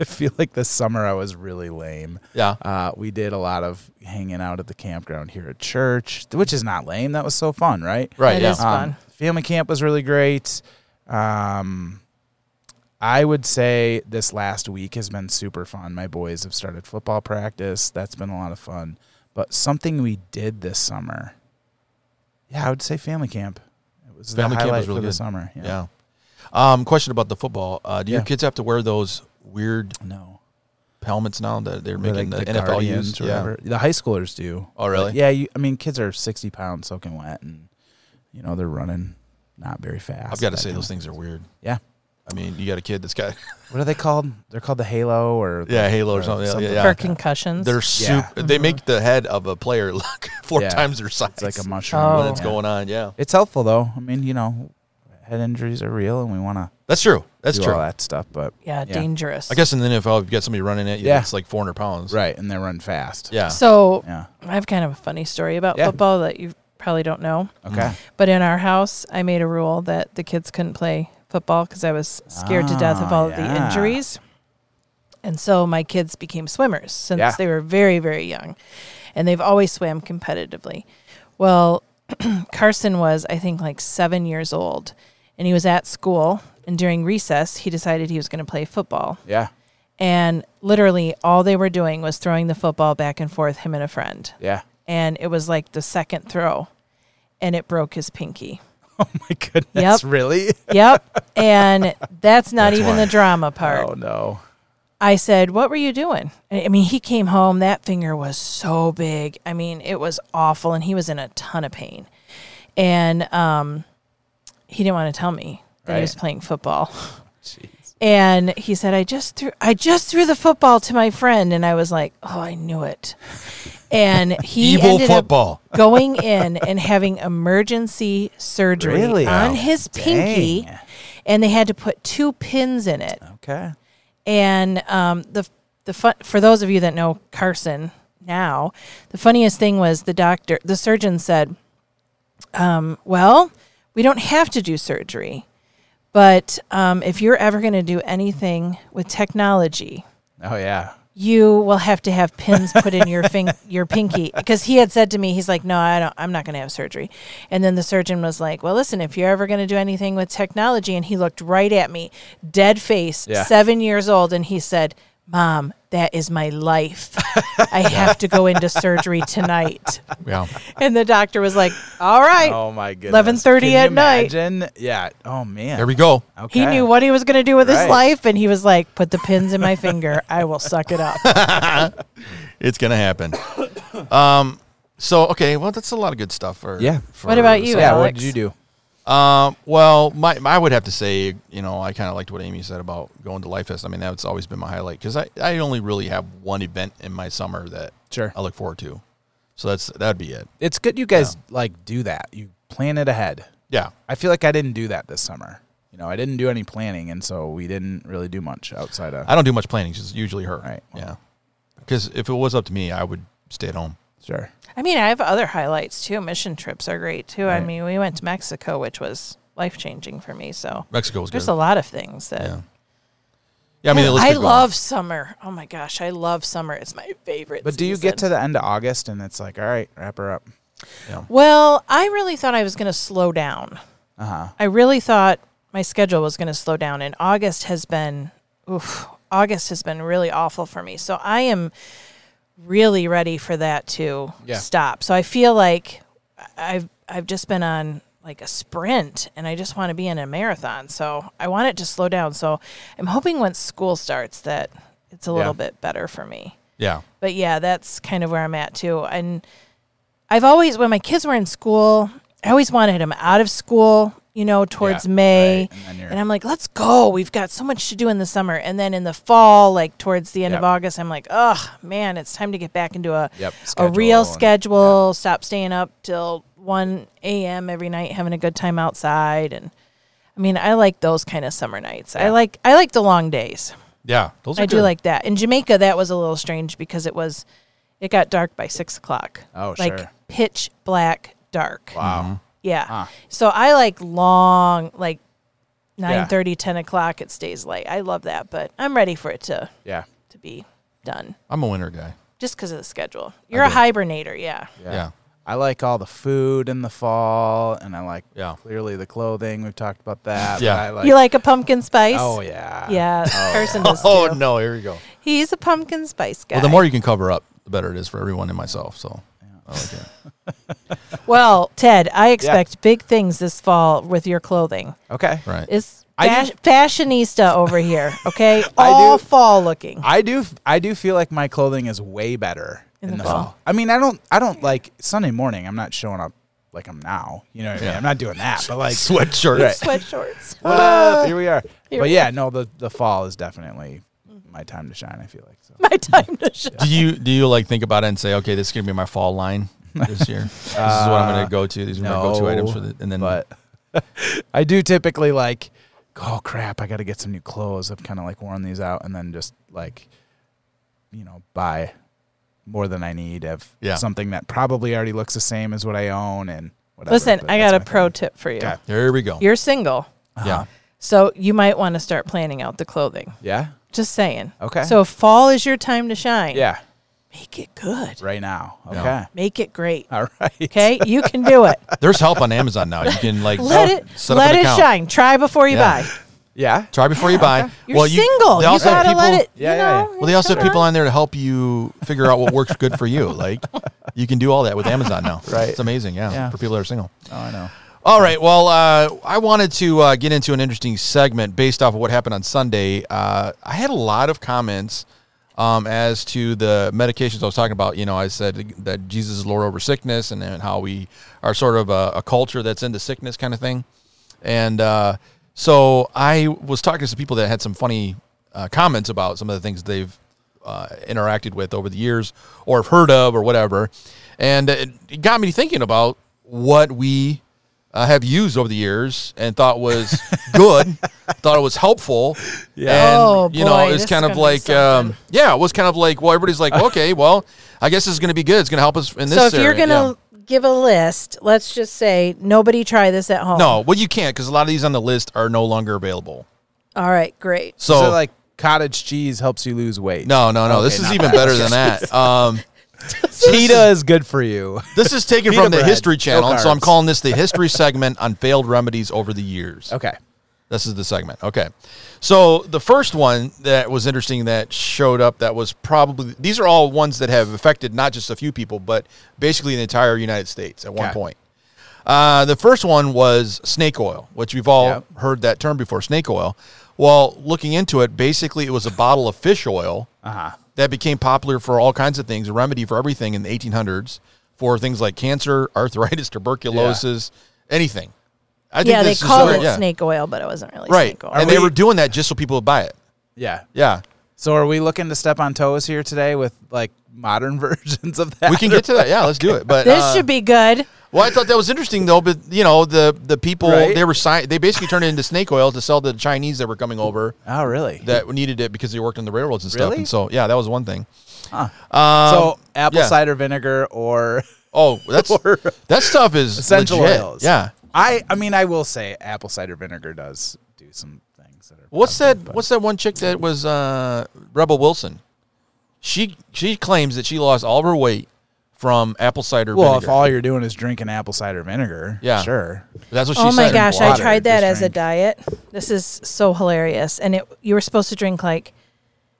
S3: I feel like this summer I was really lame.
S2: Yeah.
S3: Uh, we did a lot of hanging out at the campground here at church, which is not lame. That was so fun, right? Um,
S2: Right.
S4: It
S2: yeah.
S4: is- fun.
S3: Family camp was really great. Um, I would say this last week has been super fun. My boys have started football practice. That's been a lot of fun. But something we did this summer, yeah, I would say family camp. It was
S2: Family
S3: the
S2: camp was
S3: highlight
S2: really
S3: for the
S2: good.
S3: summer. Yeah.
S2: Yeah. Um, question about the football. Uh, do your
S3: Yeah.
S2: kids have to wear those weird
S3: No.
S2: helmets now that they're making
S3: Like
S2: the, NFL
S3: Guardians
S2: use?
S3: or
S2: Yeah.
S3: whatever. The high schoolers do.
S2: Oh, really?
S3: But yeah, you, I mean, kids are 60 pounds soaking wet and, you know, they're running not very fast.
S2: I've got to
S3: that
S2: say
S3: kind
S2: those
S3: of-
S2: things are weird.
S3: Yeah.
S2: I mean, you got a kid that's
S3: [LAUGHS]
S2: got
S3: What are they called? They're called the Halo or
S2: yeah Halo or
S3: Right,
S2: something. Yeah,
S3: something
S2: yeah,
S4: for
S2: yeah.
S4: concussions
S2: They're
S3: Yeah.
S2: super. They make the head of a player [LAUGHS] look four
S3: Yeah.
S2: times their size.
S3: It's like a mushroom.
S4: Oh.
S2: Well,
S4: Well,
S2: that's
S3: Yeah.
S2: going on. Yeah,
S3: It's helpful though. I mean, you know, head injuries are real, and we want to
S2: that's true. That's
S3: do
S2: true.
S3: all that stuff. But
S4: Yeah, dangerous.
S2: I guess in the NFL, if you got somebody running at you,
S3: Yeah.
S2: it's like 400 pounds.
S3: right, and they run fast.
S2: Yeah.
S4: So
S3: Yeah.
S4: I have kind of a funny story about
S3: Yeah.
S4: football that you probably don't know.
S2: Mm.
S3: Okay.
S4: But in our house, I made a rule that the kids couldn't play football because I was scared to death of
S3: Ah,
S4: all of the
S3: yeah.
S4: injuries. And so my kids became swimmers since
S3: Yeah.
S4: they were very, very young. And they've always swam competitively. Well, [CLEARS THROAT] Carson was, I think, like seven years old. And he was at school. And during recess, he decided he was going to play football.
S3: Yeah.
S4: And literally, all they were doing was throwing the football back and forth, him and a friend.
S3: Yeah. [LAUGHS]
S4: And it was like the second throw, and it broke his pinky.
S3: Oh my goodness.
S4: Yep.
S3: Really?
S4: Yep. And that's not even
S2: why.
S4: the drama part.
S3: Oh no.
S4: I said, What were you doing? I I mean, he came home. That finger was so big. I mean, it was awful. And he was in a ton of pain. And um, he didn't want to tell me that he was
S3: Right.
S4: playing football.
S3: Jeez.
S4: And he said, I just threw I just threw the football to my friend. And I was like, Oh, I knew it. And he
S2: Evil
S4: ended up
S2: football.
S4: going in and having emergency surgery
S3: Really?
S4: on
S3: Wow.
S4: his pinky.
S3: Dang.
S4: And they had to put two pins in it.
S3: Okay.
S4: And um, the the fun, for those of you that know Carson now, the funniest thing was the doctor, the surgeon said, um, "Well, we don't have to do surgery, but um, if you're ever going to do anything with technology."
S3: Oh yeah.
S4: You will have to have pins put in your fing- [LAUGHS] your pinky because he had said to me, he's like, no, I don't, I'm not going to have surgery. And then the surgeon was like, well, listen, if you're ever going to do anything with technology, and he looked right at me, dead face,
S3: Yeah.
S4: seven years old, and he said, Mom, that is my life. I
S3: [LAUGHS]
S4: have to go into surgery tonight.
S2: Yeah.
S4: And the doctor was like, all right.
S3: Oh my
S4: 11:30
S3: goodness. Can you
S4: at night.
S3: Imagine. Yeah. Oh man.
S2: There we go.
S3: Okay.
S4: He knew what he was going to do with
S3: Right.
S4: his life, and he was like, "Put the pins in my finger. I will suck it up."
S2: It's gonna happen. [COUGHS] um. So okay. Well, that's a lot of good stuff. For,
S3: Yeah.
S2: for
S4: What about you?
S3: Yeah. What
S4: Alex.
S3: did you do?
S2: Um, well, my I would have to say, you know, I kind of liked what Amy said about going to Life Fest. I mean, that's always been my highlight because I, I only really have one event in my summer that
S3: Sure.
S2: I look forward to. So that's that'd be it.
S3: It's good you guys like do that. You plan it ahead.
S2: Yeah.
S3: I feel like I didn't do that this summer. You know, I didn't do any planning, and so we didn't really do much outside of.
S2: I don't do much planning. It's usually her.
S3: Right.
S2: Yeah. Because if it was up to me, I would stay at home.
S3: sure.
S4: I mean, I have other highlights too. Mission trips are great too. I
S3: Right.
S4: mean, we went to Mexico, which was life changing for me. So
S2: Mexico was good.
S4: there's a lot of things that
S2: yeah. Yeah. I mean, the list
S4: I
S2: could go on.
S4: love summer. Oh my gosh, I love summer. It's my favorite.
S3: But do you get to
S4: season.
S3: the end of August and it's like, all right, wrap her up?
S4: Well, I really thought I was going to slow down.
S3: Uh huh.
S4: I really thought my schedule was going to slow down, and August has been, oof, August has been really awful for me. So I am really ready for that to
S3: Yeah.
S4: stop. So I feel like I've I've just been on like a sprint, and I just want to be in a marathon. So I want it to slow down. So I'm hoping once school starts that it's a little bit better for me
S2: Yeah.
S4: but yeah, that's kind of where I'm at too. And I've always, when my kids were in school, I always wanted them out of school, you know, towards
S3: Yeah,
S4: May.
S3: right. And then
S4: And,
S3: you're-
S4: I'm like, let's go. We've got so much to do in the summer. And then in the fall, like towards the end of
S3: Yep.
S4: August, I'm like, oh man, it's time to get back into a,
S3: Yep,
S4: a
S3: schedule
S4: real
S3: and-
S4: schedule. Stop staying up till 1 a.m. every night, having a good time outside. And I mean, I like those kind of summer nights. I like, I like the long days.
S2: Yeah. Those are
S4: I do
S2: good.
S4: like that. In Jamaica, that was a little strange because it was, it got dark by six o'clock.
S3: Oh,
S4: like
S3: sure.
S4: pitch black dark.
S3: Wow.
S4: Yeah.
S2: Mm-hmm.
S4: So I like long, like
S3: Yeah.
S4: 9.30, 10 o'clock. It stays late. I love that, but I'm ready for it to
S3: Yeah.
S4: to be done
S2: I'm a winter guy.
S4: just because of the schedule. You're a hibernator, yeah.
S2: Yeah.
S3: I like all the food in the fall, and I like
S2: Yeah.
S3: clearly the clothing. We've talked about that. but
S2: Yeah.
S3: I like,
S4: you like a pumpkin spice?
S3: Oh yeah.
S4: Yeah, Carson does too.
S2: Oh no! Here we go.
S4: He's a pumpkin spice guy.
S2: Well, the more you can cover up, the better it is for everyone and myself. So. I like it.
S4: Well, Ted, I expect big things this fall with your clothing.
S3: Okay.
S2: Right.
S4: It's
S3: I do-
S4: fash- fashionista over here, okay?
S3: I do-
S4: All fall looking.
S3: I do. I do feel like my clothing is way better in, the, fall. I mean, I don't. I don't like Sunday morning. I'm not showing up like I'm now. You know what I mean?
S2: Yeah.
S3: I'm not doing that.
S2: [LAUGHS]
S3: But like,
S2: sweatshirts.
S3: Right.
S4: Sweat shorts.
S3: [LAUGHS] what
S2: Ah,
S3: up? Here we are.
S4: Here
S3: but
S4: we
S3: yeah, no. The the fall is definitely my time to shine. I feel like so.
S4: [LAUGHS] My time to shine.
S2: Do you do you like think about it and say, okay, this is gonna be my fall line? this year. this is what I'm going to go to. These are my go-to items for the, and then
S3: Uh, but [LAUGHS] I do typically like, oh crap, I got to get some new clothes. I've kind of like worn these out, and then just like, you know, buy more than I need of
S2: Yeah.
S3: something that probably already looks the same as what I own and whatever.
S4: Listen,
S3: but
S4: I
S3: that's
S4: got a
S3: my
S4: pro
S3: thing.
S4: tip for you.
S3: Okay.
S2: there we go.
S4: You're single,
S2: Yeah.
S4: so you might want to start planning out the clothing.
S3: Yeah,
S4: Just saying.
S3: Okay.
S4: So fall is your time to shine.
S3: yeah,
S4: Make it good.
S3: right Uh, now. Okay, [LAUGHS]
S2: Yeah.
S4: Make it great.
S3: all right.
S4: Okay, you can do it.
S2: There's help on Amazon now. You can like
S4: Let it
S2: set up
S4: let
S2: an
S4: it
S2: account.
S4: shine. Try before you
S2: Yeah.
S4: buy.
S3: Yeah,
S2: Try before you buy.
S4: You're single.
S2: they
S4: You,
S2: also have
S4: gotta let
S2: people-
S4: it.
S3: Yeah,
S4: you
S3: yeah, yeah.
S4: know,
S2: Well, they also have
S4: come
S2: people
S4: on.
S2: on there to help you figure out what works good for you. Like, you can do all that with Amazon now.
S3: Right.
S2: It's amazing. Yeah.
S3: Yeah.
S2: For people that are single.
S3: oh, I know.
S2: All right. Well, uh, I wanted to uh, get into an interesting segment based off of what happened on Sunday. Uh, I had a lot of comments um, as to the medications I was talking about. You know, I said that Jesus is Lord over sickness and, and how we are sort of a, a culture that's into sickness kind of thing. And uh, so I was talking to some people that had some funny uh, comments about some of the things they've uh, interacted with over the years or have heard of or whatever. And it, it got me thinking about what we uh, have used over the years and thought
S3: [LAUGHS]
S2: was good, thought it was helpful. Yeah. And,
S4: Oh,
S2: you know,
S4: boy,
S2: it's
S4: this
S2: kind
S4: is
S2: of
S4: gonna
S2: like,
S4: be
S2: um, yeah, it was kind of like, well, everybody's
S3: [LAUGHS]
S2: like, okay, well, I guess this is going to be good. It's going to help us in this
S4: So if you're
S2: area.
S4: gonna give a list, let's just say nobody try this at home.
S2: Yeah. No, well, you can't because a lot of these on the list are no longer available.
S4: All right, great.
S2: So,
S3: so like cottage cheese helps you lose weight.
S2: no, no, no. this
S3: Okay,
S2: is
S3: not
S2: even better than that. Um,
S3: [LAUGHS] Cheetah is good for you. [LAUGHS]
S2: this is taken
S3: Pita
S2: from the
S3: bread,
S2: History
S3: no
S2: Channel, so I'm
S3: carbs.
S2: calling this the
S3: [LAUGHS]
S2: History segment on failed remedies over the years.
S3: Okay.
S2: This is the segment. Okay. So the first one that was interesting that showed up that was probably these are all ones that have affected not just a few people, but basically the entire United States at one
S3: Okay.
S2: point. Uh, the first one was snake oil, which we've all
S3: Yep.
S2: heard that term before, snake oil. Well, looking into it, basically it was a bottle of fish oil
S3: Uh-huh.
S2: that became popular for all kinds of things, a remedy for everything in the 1800s for things like cancer, [LAUGHS] arthritis, tuberculosis, anything. I
S4: yeah, they
S2: this is
S4: called
S2: where-
S4: it
S2: yeah.
S4: snake oil, but it wasn't really
S2: Right.
S4: snake oil.
S2: and
S3: Are
S2: they
S3: we-
S2: were doing that just so people would buy it.
S3: Yeah.
S2: Yeah.
S3: So are we looking to step on toes here today with like modern [LAUGHS] versions of that?
S2: We can get to that. Yeah, let's do it. But
S4: this
S2: uh,
S4: should be good.
S2: well, I thought that was interesting though. But you know, the the people
S3: Right.
S2: they were si- they basically turned it into snake oil to sell to the Chinese that were coming over
S3: Oh, really?
S2: that needed it because they worked on the railroads and stuff.
S3: Really?
S2: And so yeah, that was one thing.
S3: so apple
S2: yeah.
S3: cider vinegar or [LAUGHS]
S2: Oh, that's
S3: Or-
S2: that stuff is
S3: essential
S2: legit.
S3: oils.
S2: Yeah.
S3: I I mean I will say apple cider vinegar does do some things that are
S2: What's that?
S3: positive, but-
S2: What's that one chick that was uh, Rebel Wilson? She she claims that she lost all of her weight from apple cider
S3: well,
S2: vinegar.
S3: if all you're doing is drinking apple cider vinegar,
S2: Yeah.
S3: sure.
S2: that's what she
S4: Oh my
S2: said.
S4: gosh, I
S3: water,
S4: tried that
S3: just
S4: as a
S3: drink.
S4: diet. This is so hilarious. And it you were supposed to drink like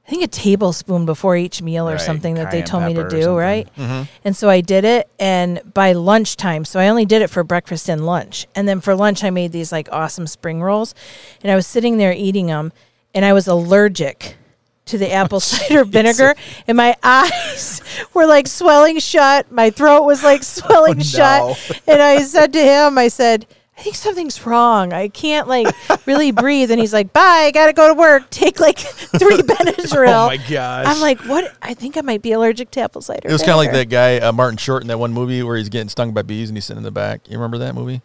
S4: I think a tablespoon before each meal or
S3: Right,
S4: something that they
S3: cayenne
S4: told me to
S3: pepper or
S4: do,
S3: something. Mm-hmm.
S4: right? And so I did it and by lunchtime, so I only did it for breakfast and lunch. And then for lunch I made these like awesome spring rolls and I was sitting there eating them and I was allergic to the
S3: [LAUGHS] Oh,
S4: apple cider vinegar and my [LAUGHS] eyes were like swelling shut, my throat was
S3: [LAUGHS]
S4: like swelling shut
S3: Oh, no.
S4: and I said to him, I said, I think something's wrong. I can't like
S3: [LAUGHS]
S4: really breathe. And he's like, bye, I gotta go to work. Take like [LAUGHS] three Benadryl.
S3: [LAUGHS] Oh my gosh.
S4: I'm like, what? I think I might be allergic to apple cider.
S2: It was kind of like
S4: vinegar."
S2: that guy uh, Martin Short in that one movie where he's getting stung by bees and he's sitting in the back. You remember that movie?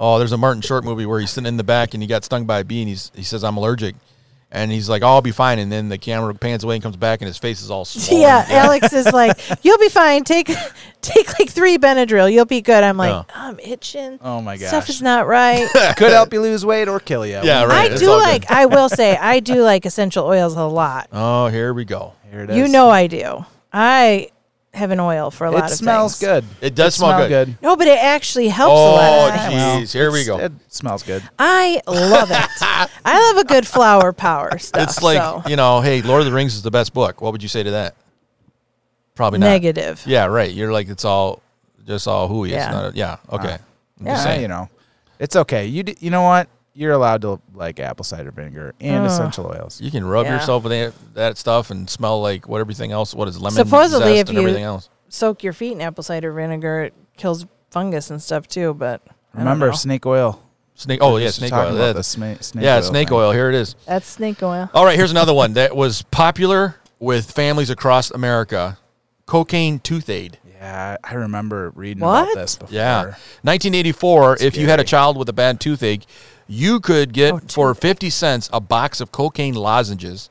S2: Oh, there's a Martin Short movie where he's sitting in the back and he got stung by a bee and he's, he says I'm allergic, and he's like oh, I'll be fine, and then the camera pans away and comes back and his face is
S4: [LAUGHS]
S2: all swollen.
S3: [LAUGHS]
S4: Yeah, Alex is like, you'll be fine. Take [LAUGHS] take like three Benadryl. You'll be good. I'm like,
S2: Yeah.
S4: I'm itching.
S3: Oh my
S4: Stuff
S3: gosh.
S4: is not
S3: [LAUGHS]
S4: right.
S3: Could help you lose weight or kill you.
S2: [LAUGHS] yeah, right.
S4: I
S2: It's
S4: do
S2: all good.
S4: like, I will say, I do [LAUGHS] like essential oils a lot.
S2: Oh, here we go.
S3: Here it is.
S4: You know I do. I have an oil for a lot
S3: it
S4: of
S3: smells
S4: things.
S3: good.
S2: It does smell good.
S4: No, but it actually helps a
S2: Oh,
S4: lot. Of times.
S2: jeez. Here we go.
S3: It smells good.
S4: I love
S2: [LAUGHS]
S4: it. I love a good flower power stuff.
S2: It's like
S4: so.
S2: you know, hey, Lord of the Rings is the best book. What would you say to that? Probably not.
S4: negative.
S2: Yeah, right. You're like it's all just all hooey. Yeah.
S4: Yeah.
S2: It's not a, yeah. Okay. I'm
S4: Yeah.
S2: just
S3: Yeah,
S2: saying.
S3: you know, it's okay. You d- you know what? You're allowed to like apple cider vinegar and essential oils.
S2: You can rub
S4: Yeah.
S2: yourself with that, that stuff and smell like what everything else. What is lemon
S4: Supposedly,
S2: zest
S4: if
S2: and
S4: you-
S2: everything else?
S4: Soak your feet in apple cider vinegar. It kills fungus and stuff too. But I don't
S3: Remember
S4: know.
S3: snake oil.
S2: Snake. Oh
S3: We were
S2: yeah,
S3: just
S2: snake
S3: talking
S2: oil.
S3: about
S2: That-
S3: the sma- snake
S2: yeah,
S3: oil
S2: snake
S3: thing.
S2: oil. Here it is.
S4: that's snake oil.
S2: All right, here's another one that was popular with families across America. Cocaine tooth aid.
S3: Yeah, I remember reading
S4: What?
S3: about this before.
S2: Yeah. 1984, if you had a child with a bad toothache, you could
S4: Oh,
S2: get for 50 cents a box of cocaine lozenges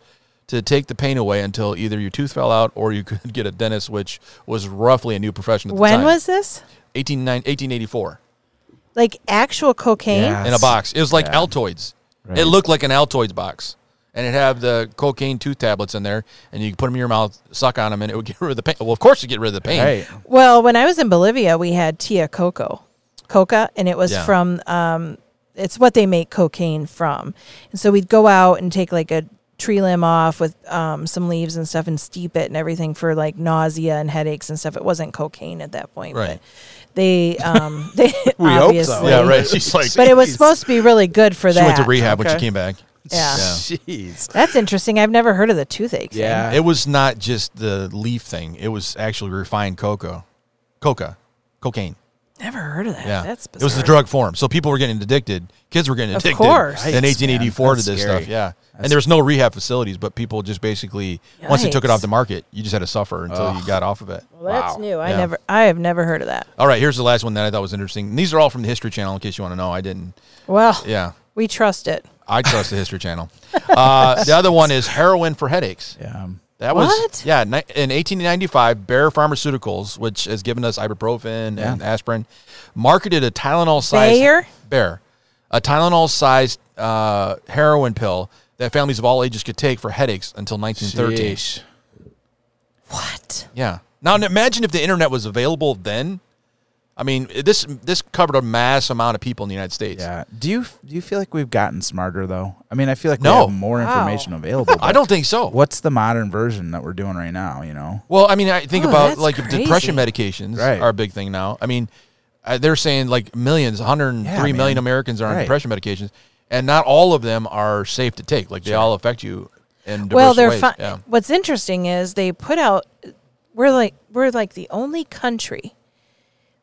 S2: to take the pain away until either your tooth fell out or you could [LAUGHS] get a dentist, which was roughly a new profession at the
S4: When
S2: time.
S4: was this?
S2: 18, 1884
S4: Like actual cocaine?
S3: Yeah.
S2: in a box. It was like Altoids. It looked like an Altoids box. And it had the cocaine tooth tablets in there, and you could put them in your mouth, suck on them, and it would get rid of the pain. Well, of course, it would get rid of the pain.
S3: Right.
S4: Well, when I was in Bolivia, we had Tia Coco, coca, and it was
S2: Yeah.
S4: from. Um, it's what they make cocaine from, and so we'd go out and take like a tree limb off with um, some leaves and stuff and steep it and everything for like nausea and headaches and stuff. It wasn't cocaine at that point,
S2: Right.
S4: but
S2: [LAUGHS]
S4: they um, they
S3: We hope so.
S2: [LAUGHS]
S4: obviously,
S2: Yeah, right. She's like,
S4: But it was
S3: Jeez.
S4: supposed to be really good for
S2: she
S4: that.
S2: went to rehab when she
S3: Okay.
S2: came back.
S4: Yeah.
S2: Yeah.
S3: Jeez.
S4: That's interesting. I've never heard of the toothache. thing.
S3: Yeah.
S2: It was not just the leaf thing. It was actually refined cocoa, coca, cocaine.
S4: never heard of that.
S2: Yeah,
S4: that's
S2: it was the
S4: bizarre.
S2: drug form. So people were getting addicted. Kids were getting
S4: Of
S2: addicted.
S4: course.
S2: In 1884
S3: Yikes,
S2: to
S3: man.
S2: this
S3: That's
S2: stuff.
S3: scary.
S2: Yeah, and there was no rehab facilities, but people just basically once they took it
S4: Yikes.
S2: off the market, you just had to suffer until you got off of it.
S4: Well, that's
S3: Wow.
S4: new. I
S2: Yeah.
S4: never. I have never heard of that.
S2: All right, here's the last one that I thought was interesting. And these are all from the History Channel, in case you want to know. I didn't.
S4: Well,
S2: Yeah,
S4: we trust it.
S2: I trust the History Channel. Uh, the other one is heroin for headaches.
S3: Yeah.
S2: That
S4: What?
S2: was yeah. ni- In 1895, Bayer Pharmaceuticals, which has given us ibuprofen and aspirin, marketed a Tylenol size
S4: Bayer?
S2: Bayer, a Tylenol sized uh, heroin pill that families of all ages could take for headaches until 1913.
S3: Sheesh.
S4: What?
S2: Yeah. Now n- imagine if the internet was available then. I mean, this this covered a mass amount of people in the United States.
S3: Yeah. Do you do you feel like we've gotten smarter though? I mean, I feel like
S2: No.
S3: we have more
S4: Wow.
S3: information
S2: [LAUGHS]
S3: available.
S2: I
S3: but
S2: don't think so.
S3: What's the modern version that we're doing right now? You know.
S2: Well, I mean, I think
S4: Oh,
S2: about
S4: that's
S2: like if depression
S4: crazy.
S2: medications
S3: Right.
S2: are a big thing now. I mean, uh, they're saying like millions, 103
S3: Yeah,
S2: million
S3: man.
S2: Americans are on
S3: Right.
S2: depression medications, and not all of them are safe to take. Like they all affect you in diverse
S4: Well, they're
S2: ways.
S4: fine.
S2: Yeah.
S4: What's interesting is they put out. We're like we're like the only country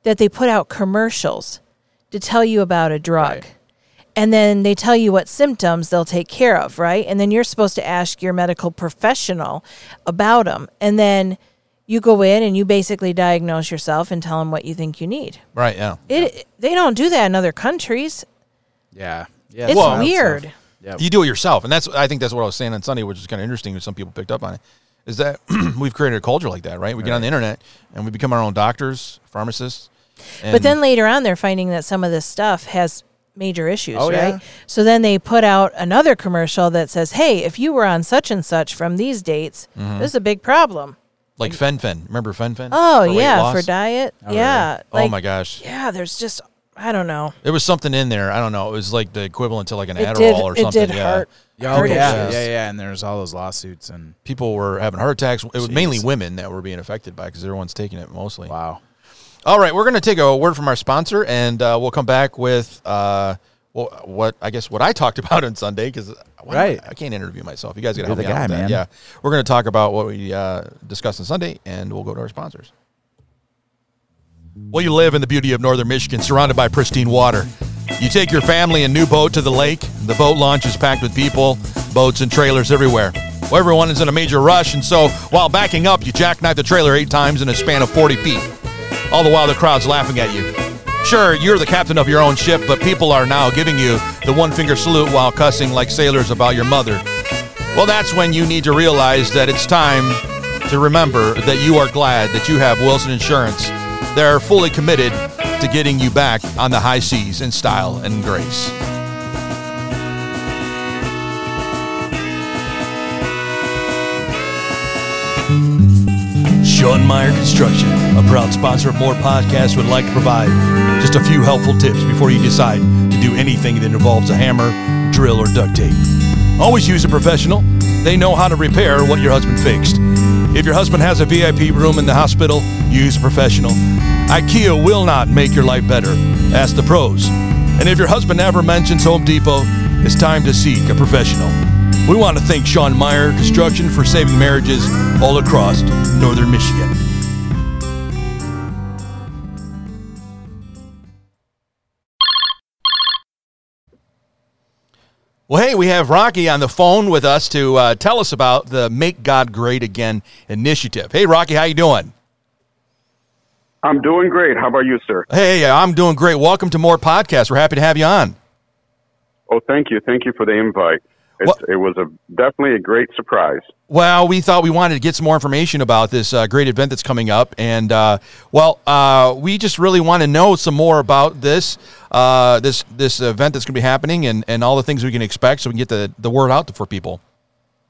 S4: that they put out commercials to tell you about a drug. And then they tell you what symptoms they'll take care of, right? And then you're supposed to ask your medical professional about them. And then you go in and you basically diagnose yourself and tell them what you think you need.
S2: Right. Yeah.
S4: It they don't do that in other countries.
S3: Yeah. Yeah.
S4: It's
S3: wild
S4: weird.
S3: stuff. Yeah.
S2: You do it yourself, and that's I think that's what I was saying on Sunday, which is kind of interesting. Some people picked up on it. Is that [CLEARS THROAT] we've created a culture like that, right? We get on the internet and we become our own doctors, pharmacists.
S4: But then later on, they're finding that some of this stuff has major issues,
S3: Oh,
S4: right?
S3: yeah.
S4: So then they put out another commercial that says, hey, if you were on such and such from these dates,
S2: Mm-hmm.
S4: this is a big problem.
S2: like FenFen, remember FenFen?
S4: Oh,
S2: weight
S4: yeah,
S2: loss?
S4: for diet. yeah.
S2: oh my gosh,
S4: Yeah, there's just, I don't know.
S2: There was something in there. I don't know. It was like the equivalent to like an Adderall
S4: it did,
S2: or
S4: it
S2: something.
S4: did
S2: yeah.
S4: hurt.
S3: Yeah, oh,
S4: hurt
S3: yeah,
S4: issues.
S3: yeah, yeah, and there's all those lawsuits and
S2: People were having heart attacks. It was mainly
S3: Jeez.
S2: women that were being affected by because everyone's taking it mostly.
S3: wow.
S2: All right, we're going to take a word from our sponsor, and uh, we'll come back with uh, well, what I guess what I talked [LAUGHS] about on Sunday because
S3: Right.
S2: I can't interview myself. You guys got to help
S3: You're the
S2: me out
S3: guy,
S2: with that.
S3: man.
S2: Yeah, we're going to talk about what we uh, discussed on Sunday, and we'll go to our sponsors. Well, you live in the beauty of northern Michigan, surrounded by pristine water. You take your family and new boat to the lake. The boat launch is packed with people, boats, and trailers everywhere. Well, everyone is in a major rush, and so while backing up, you jackknife the trailer eight times in a span of 40 feet. All the while, the crowd's laughing at you. Sure, you're the captain of your own ship, but people are now giving you the one finger salute while cussing like sailors about your mother. Well, that's when you need to realize that it's time to remember that you are glad that you have Wilson Insurance. They're fully committed to getting you back on the high seas in style and grace.
S1: Sean Meyer Construction, a proud sponsor of More Podcasts, would like to provide just a few helpful tips before you decide to do anything that involves a hammer, drill, or duct tape. Always use a professional. They know how to repair what your husband fixed. If your husband has a VIP room in the hospital, use a professional. IKEA will not make your life better. Ask the pros. And if your husband ever mentions Home Depot, it's time to seek a professional. We want to thank Sean Meyer Construction for saving marriages all across northern Michigan.
S2: Well, hey, we have Rocky on the phone with us to uh, tell us about the Make God Great Again initiative. Hey, Rocky, how you doing?
S5: I'm doing great. How about you, sir?
S2: Hey, I'm doing great. Welcome to More Podcast. We're happy to have you on.
S5: Oh, thank you. Thank you for the invite. It's,
S2: What-
S5: it was a definitely a great surprise.
S2: Well, we thought we wanted to get some more information about this uh, great event that's coming up, and uh, well, uh, we just really want to know some more about this uh, this this event that's going to be happening, and, and all the things we can expect, so we can get the, the word out for people.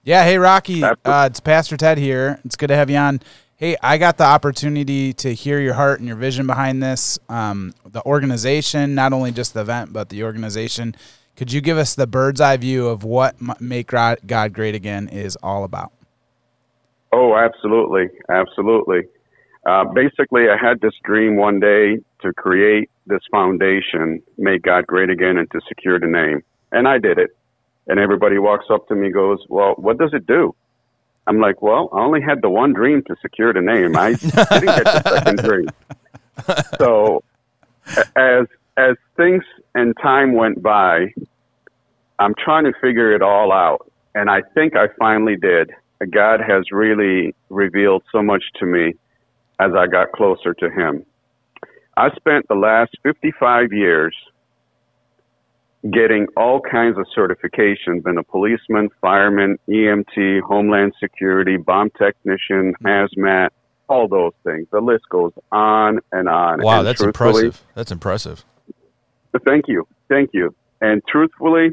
S3: Yeah, hey Rocky, uh,
S5: Absolutely.
S3: it's Pastor Ted here. It's good to have you on. Hey, I got the opportunity to hear your heart and your vision behind this, um, the organization, not only just the event, but the organization. Could you give us the bird's eye view of what M- Make Ro- God Great Again is all about?
S5: Oh, absolutely, absolutely. Uh, basically, I had this dream one day to create this foundation, make God great again, and to secure the name. And I did it. And everybody walks up to me, and goes, "Well, what does it do?" I'm like, "Well, I only had the one dream to secure the name. I didn't get the second dream." So, a- as as things and time went by, I'm trying to figure it all out. And I think I finally did. God has really revealed so much to me as I got closer to Him. I spent the last 55 years getting all kinds of certifications been a policeman, fireman, EMT, homeland security, bomb technician,
S2: Mm-hmm.
S5: hazmat, all those things. The list goes on and on.
S2: Wow,
S5: And
S2: that's
S5: truthfully,
S2: impressive. That's impressive.
S5: Thank you. Thank you. And truthfully,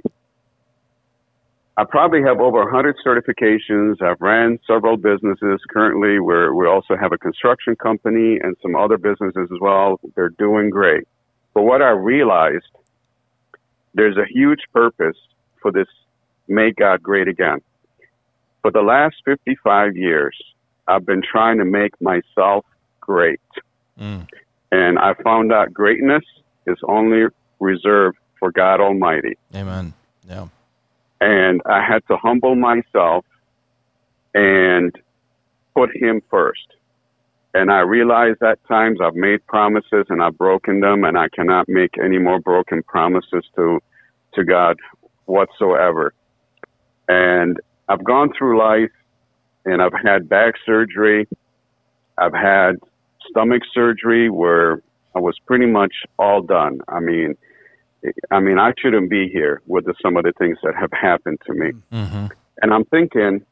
S5: I probably have over 100 certifications. I've ran several businesses. Currently, we're, we also have a construction company and some other businesses as well. They're doing great. But what I realized, there's a huge purpose for this Make God Great Again. For the last 55 years, I've been trying to make myself great
S2: Mm.
S5: and I found out greatness is only reserved for God Almighty.
S2: Amen. Yeah.
S5: And I had to humble myself and put Him first. And I realized at times I've made promises and I've broken them, and I cannot make any more broken promises to to God whatsoever. And I've gone through life, and I've had back surgery, I've had stomach surgery where I was pretty much all done. I mean, I mean, I shouldn't be here with the, some of the things that have happened to me.
S2: Mm-hmm.
S5: And I'm thinking,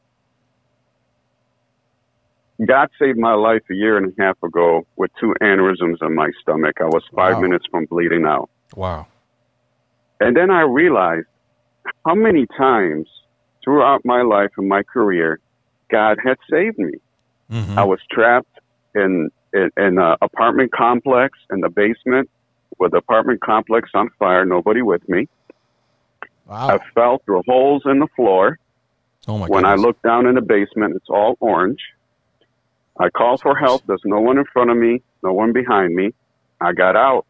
S5: God saved my life a year and a half ago with two aneurysms in my stomach. I was five
S3: Wow.
S5: minutes from bleeding out.
S2: Wow.
S5: And then I realized how many times throughout my life and my career, God had saved me.
S2: Mm-hmm.
S5: I was trapped in in, in an apartment complex in the basement with the apartment complex on fire. Nobody with me.
S3: Wow.
S5: I fell through holes in the floor.
S2: Oh my
S5: when I
S2: goodness.
S5: look down in the basement, it's all orange. I call for help. There's no one in front of me, no one behind me. I got out.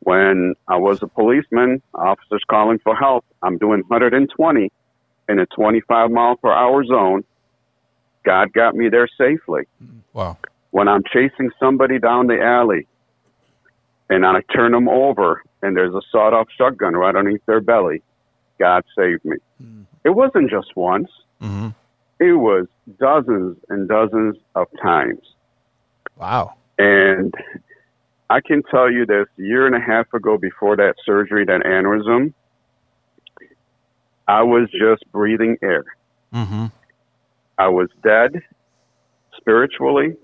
S5: When I was a policeman, officers calling for help. I'm doing 120 in a 25 mile per hour zone. God got me there safely
S2: wow.
S5: when I'm chasing somebody down the alley and I turn them over and there's a sawed off shotgun right underneath their belly, God saved me. It wasn't just once,
S2: Mm-hmm.
S5: it was dozens and dozens of times.
S3: Wow.
S5: And I can tell you this a year and a half ago, before that surgery, that aneurysm, I was just breathing air.
S2: Mm-hmm.
S5: I was dead spiritually.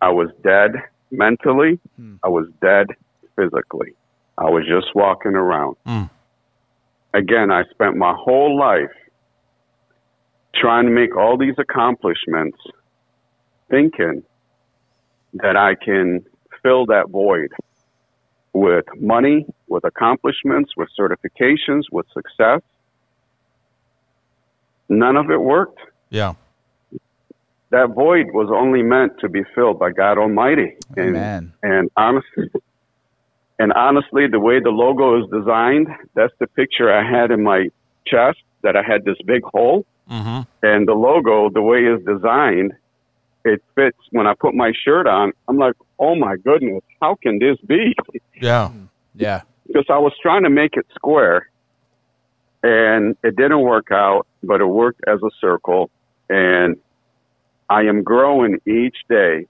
S5: I was dead mentally.
S3: Hmm.
S5: I was dead physically. I was just walking around.
S2: Hmm.
S5: Again, I spent my whole life trying to make all these accomplishments, thinking that I can fill that void with money, with accomplishments, with certifications, with success. None of it worked
S2: Yeah.
S5: that void was only meant to be filled by God Almighty. And,
S3: Amen.
S5: and honestly, and honestly, the way the logo is designed, that's the picture I had in my chest that I had this big hole.
S2: Mm-hmm.
S5: And the logo, the way it's designed, it fits. When I put my shirt on, I'm like, oh my goodness, how can this be?
S2: Yeah.
S3: Mm. Yeah.
S5: because I was trying to make it square, and it didn't work out, but it worked as a circle, and I am growing each day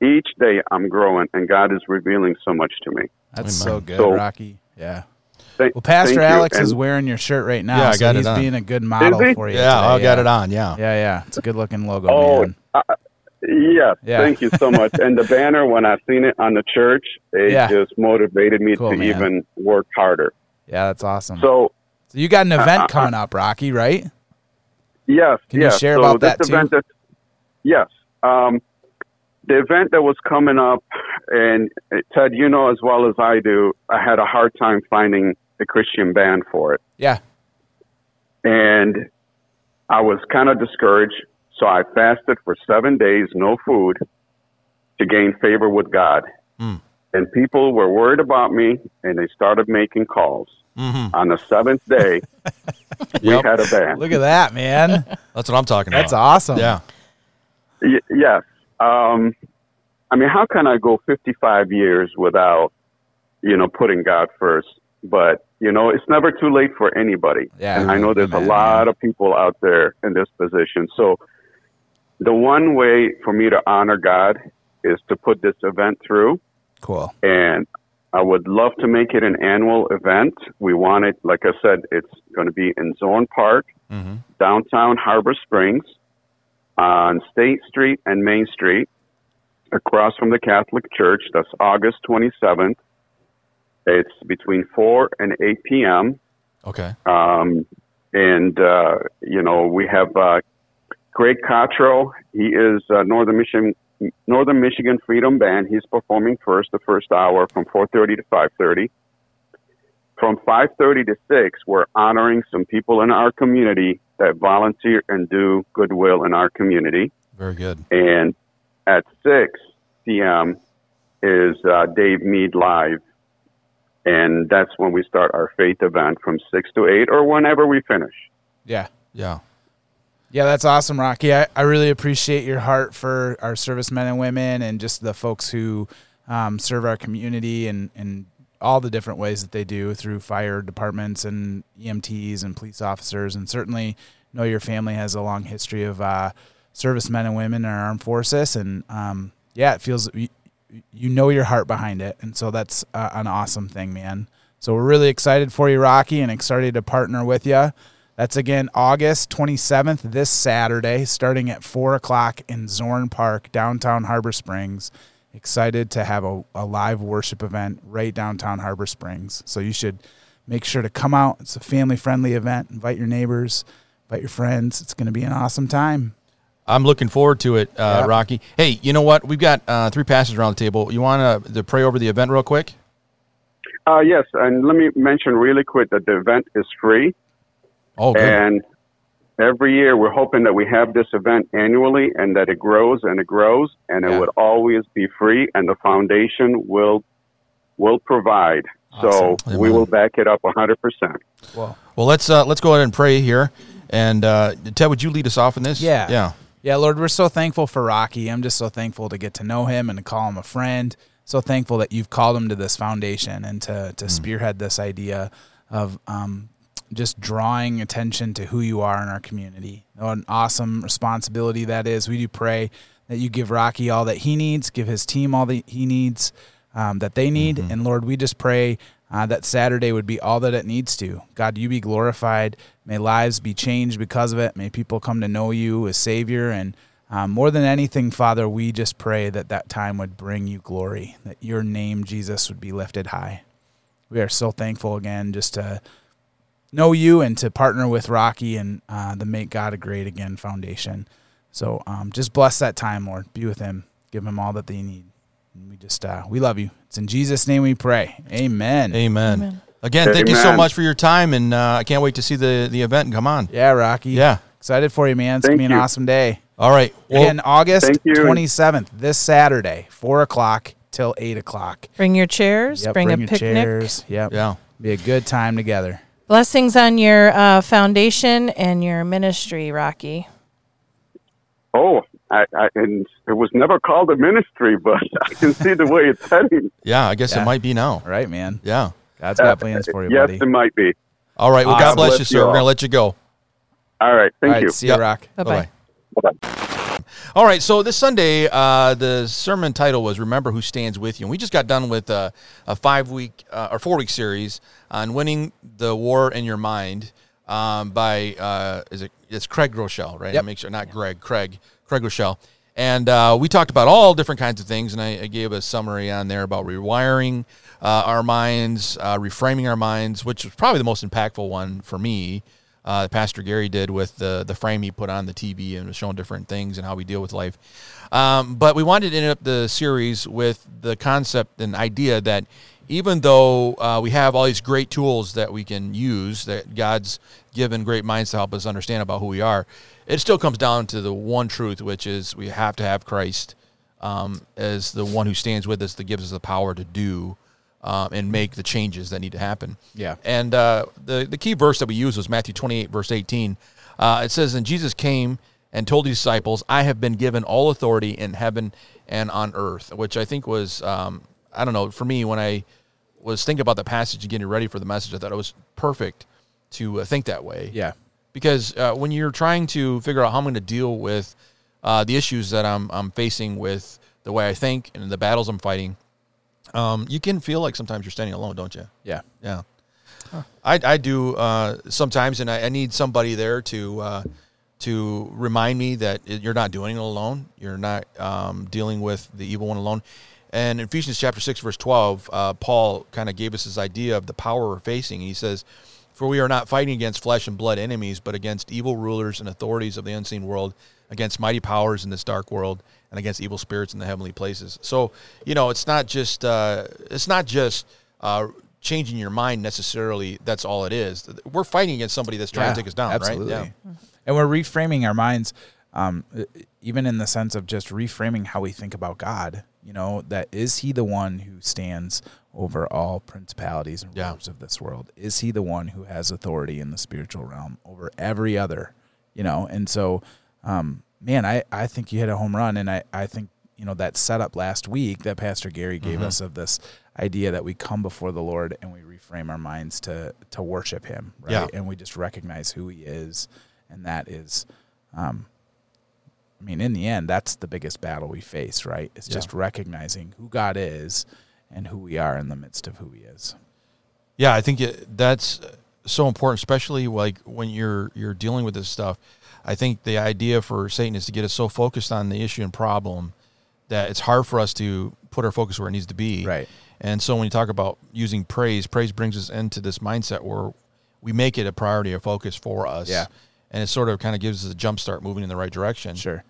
S5: each day I'm growing, and God is revealing so much to me.
S3: That's so good,
S5: So-
S3: Rocky. Yeah.
S5: Thank,
S3: Well, Pastor
S5: thank you,
S3: Alex
S5: and-
S3: is wearing your shirt right now,
S2: Yeah, I
S3: so
S2: got it
S3: he's
S2: on.
S3: being a good model
S5: he?
S3: for you.
S2: Yeah, I
S3: today,
S2: got
S3: yeah.
S2: it on. Yeah.
S3: Yeah, yeah, it's a good looking logo,
S5: Oh,
S3: man.
S5: uh, yes.
S3: Yeah.
S5: Thank you so much.
S3: [LAUGHS]
S5: and the banner, when I seen it on the church, it
S3: Yeah.
S5: just motivated me
S3: Cool,
S5: to
S3: man. Hmm.
S5: even work harder.
S3: Yeah, that's awesome. So,
S5: So,
S3: you got an event coming up, Rocky, right?
S5: yes.
S3: Can you
S5: yes.
S3: share
S5: so
S3: about
S5: this
S3: that, too?
S5: event that- yes. Um, the event that was coming up, and uh, Ted, you know as well as I do, I had a hard time finding the Christian band for it.
S3: Yeah.
S5: and I was kind of discouraged. So I fasted for seven days, no food, to gain favor with God.
S3: Mm.
S5: And people were worried about me, and they started making calls.
S3: Mm-hmm.
S5: On the seventh
S3: [LAUGHS]
S5: day, we
S2: Yep.
S5: had a band.
S3: Look at that, man.
S2: That's what I'm talking
S3: That's
S2: about.
S3: awesome.
S2: Yeah.
S5: Y- yes. Um, I mean, how can I go 55 years without, you know, putting God first? But, you know, it's never too late for anybody.
S3: Yeah,
S5: and I know there's a
S3: amen,
S5: lot of people out there in this position. So the one way for me to honor God is to put this event through.
S3: Cool.
S5: And I would love to make it an annual event. We want it, like I said, it's going to be in Zone Park, downtown Harbor Springs, on State Street and Main Street, across from the Catholic Church. That's August 27th. It's between 4 and 8 p.m.
S2: Okay.
S5: Um, and, uh, you know, we have uh, Greg Cottrell. He is uh, Northern Michigan Northern Michigan Freedom Band. He's performing first the first hour from 4:30 to 5:30. From 5:30 to 6, we're honoring some people in our community that volunteer and do goodwill in our community.
S2: Very good.
S5: And at 6 p.m. is uh, Dave Mead Live. And that's when we start our faith event from 6 to 8 or whenever we finish.
S3: Yeah.
S2: Yeah.
S3: Yeah, that's awesome, Rocky. I, I really appreciate your heart for our servicemen and women and just the folks who um, serve our community and, and all the different ways that they do through fire departments and EMTs and police officers. And certainly know your family has a long history of uh, servicemen and women in our armed forces. And um, yeah, it feels you, you know your heart behind it. And so that's uh, an awesome thing, man. So we're really excited for you, Rocky, and excited to partner with you. That's again August 27th, this Saturday, starting at 4 o'clock in Zorn Park, downtown Harbor Springs. Excited to have a, a live worship event right downtown Harbor Springs. So you should make sure to come out. It's a family friendly event. Invite your neighbors, invite your friends. It's going to be an awesome time.
S2: I'm looking forward to it, uh,
S3: Yeah.
S2: Rocky. Hey, you know what? We've got uh, three pastors around the table. You want to pray over the event real quick?
S5: Uh, yes, and let me mention really quick that the event is free.
S2: Oh, good.
S5: And every year, we're hoping that we have this event annually and that it grows and it grows, and it
S2: Yeah.
S5: would always be free, and the foundation will will provide. So we
S2: Amen.
S5: will back it up 100%.
S3: Well,
S2: Well, let's uh, let's go ahead and pray here. And uh, Ted, would you lead us off in this?
S3: Yeah.
S2: Yeah.
S3: Yeah, Lord, we're so thankful for Rocky. I'm just so thankful to get to know him and to call him a friend. So thankful that you've called him to this foundation and to,
S2: Mm.
S3: to spearhead this idea of um, just drawing attention to who you are in our community. What an awesome responsibility that is. We do pray that you give Rocky all that he needs, give his team all that he needs, um, that they need. And Lord, we just pray uh, that Saturday would be all that it needs to. God, you be glorified. May lives be changed because of it. May people come to know you as Savior. And um, more than anything, Father, we just pray that that time would bring you glory, that your name, Jesus, would be lifted high. We are so thankful again just to know you and to partner with Rocky and uh, the Make God a Great Again Foundation. So um, just bless that time, Lord. Be with him. Give him all that they need. And we just, uh, we love you. It's in Jesus' name we pray. Amen.
S2: Amen. Again, thank you so
S5: Amen.
S2: much for your time, and uh, I can't wait to see the the event. Come on.
S3: Yeah, Rocky.
S2: Yeah.
S3: Excited for you, man. It's
S5: Thank
S3: going to be
S5: you.
S3: an awesome day.
S2: All right. Well,
S3: Again, August
S5: thank you.
S3: 27th, this Saturday, 4 o'clock till 8 o'clock.
S4: Bring your chairs.
S3: Yep,
S4: bring, a
S3: your
S4: picnic.
S3: chairs. Yep.
S2: Yeah.
S3: Be a good time together.
S4: Blessings on your uh, foundation and your ministry, Rocky.
S5: Oh, I, I, and it was never called a ministry, but [LAUGHS] I can see the way it's heading.
S2: yeah. I guess
S3: Yeah.
S2: it might be now.
S3: All right, man.
S2: Yeah.
S3: God's got plans for you,
S5: yes,
S3: buddy.
S5: it might be.
S2: All right. Well, God
S5: Awesome.
S2: bless you,
S5: Bless
S2: sir.
S5: you
S2: We're
S5: all.
S2: gonna let you go.
S5: All right.
S3: All
S5: Thank
S3: right,
S5: you.
S3: see you,
S2: Yep.
S3: Rock.
S4: Bye bye.
S5: Bye-bye.
S2: All right. So this Sunday, uh, the sermon title was "Remember Who Stands with You," and we just got done with uh, a five-week uh, or four-week series on winning the war in your mind um, by uh, is it it's Craig Rochelle, right?
S3: Yep.
S2: Make sure not Greg, Craig, Craig Rochelle. And uh, we talked about all different kinds of things, and I, I gave a summary on there about rewiring uh, our minds, uh, reframing our minds, which was probably the most impactful one for me. Uh, Pastor Gary did with the the frame he put on the TV and was showing different things and how we deal with life. Um, but we wanted to end up the series with the concept and idea that even though uh, we have all these great tools that we can use, that God's given great minds to help us understand about who we are, it still comes down to the one truth, which is we have to have Christ um, as the one who stands with us, that gives us the power to do um, and make the changes that need to happen.
S3: Yeah.
S2: And uh, the the key verse that we used was Matthew twenty eight verse eighteen. Uh, it says, "And Jesus came and told his disciples, I have been given all authority in heaven and on earth," which I think was um, I don't know for me when I was thinking about the passage and getting ready for the message, I thought it was perfect to uh, think that way
S3: Yeah.
S2: because uh, when you're trying to figure out how I'm going to deal with uh, the issues that I'm I'm facing with the way I think and the battles I'm fighting, um, you can feel like sometimes you're standing alone, don't you?
S3: Yeah.
S2: Yeah. I, I do uh, sometimes, and I, I need somebody there to uh, to remind me that it- you're not doing it alone. You're not um, dealing with the evil one alone. And in Ephesians chapter six, verse twelve, uh, Paul kind of gave us this idea of the power we're facing. He says, "For we are not fighting against flesh and blood enemies, but against evil rulers and authorities of the unseen world, against mighty powers in this dark world, and against evil spirits in the heavenly places." So you know, it's not just uh, it's not just uh, changing your mind necessarily that's all it is we're fighting against somebody that's trying
S3: Yeah,
S2: to take us down
S3: absolutely.
S2: right
S3: Mm-hmm. And we're reframing our minds, um, e- even in the sense of just reframing how we think about God. You know, that is He the one who stands over all principalities and
S2: Yeah.
S3: rulers of this world? Is He the one who has authority in the spiritual realm over every other? You know, and so, um, man, I, I think you hit a home run. And I, I think, you know, that setup last week that Pastor Gary
S2: Mm-hmm.
S3: gave us of this idea that we come before the Lord and we reframe our minds to, to worship Him, right?
S2: Yeah.
S3: and we just recognize who he is and that is um i mean in the end that's the biggest battle we face right it's
S2: Yeah.
S3: just recognizing who god is and who we are in the midst of who he is
S2: yeah i think it, that's so important especially like when you're you're dealing with this stuff i think the idea for satan is to get us so focused on the issue and problem that it's hard for us to put our focus where it needs to be
S3: Right.
S2: and so when you talk about using praise praise brings us into this mindset where we make it a priority or focus for us
S3: Yeah.
S2: and it sort of kind of gives us a jump start moving in the right direction
S3: sure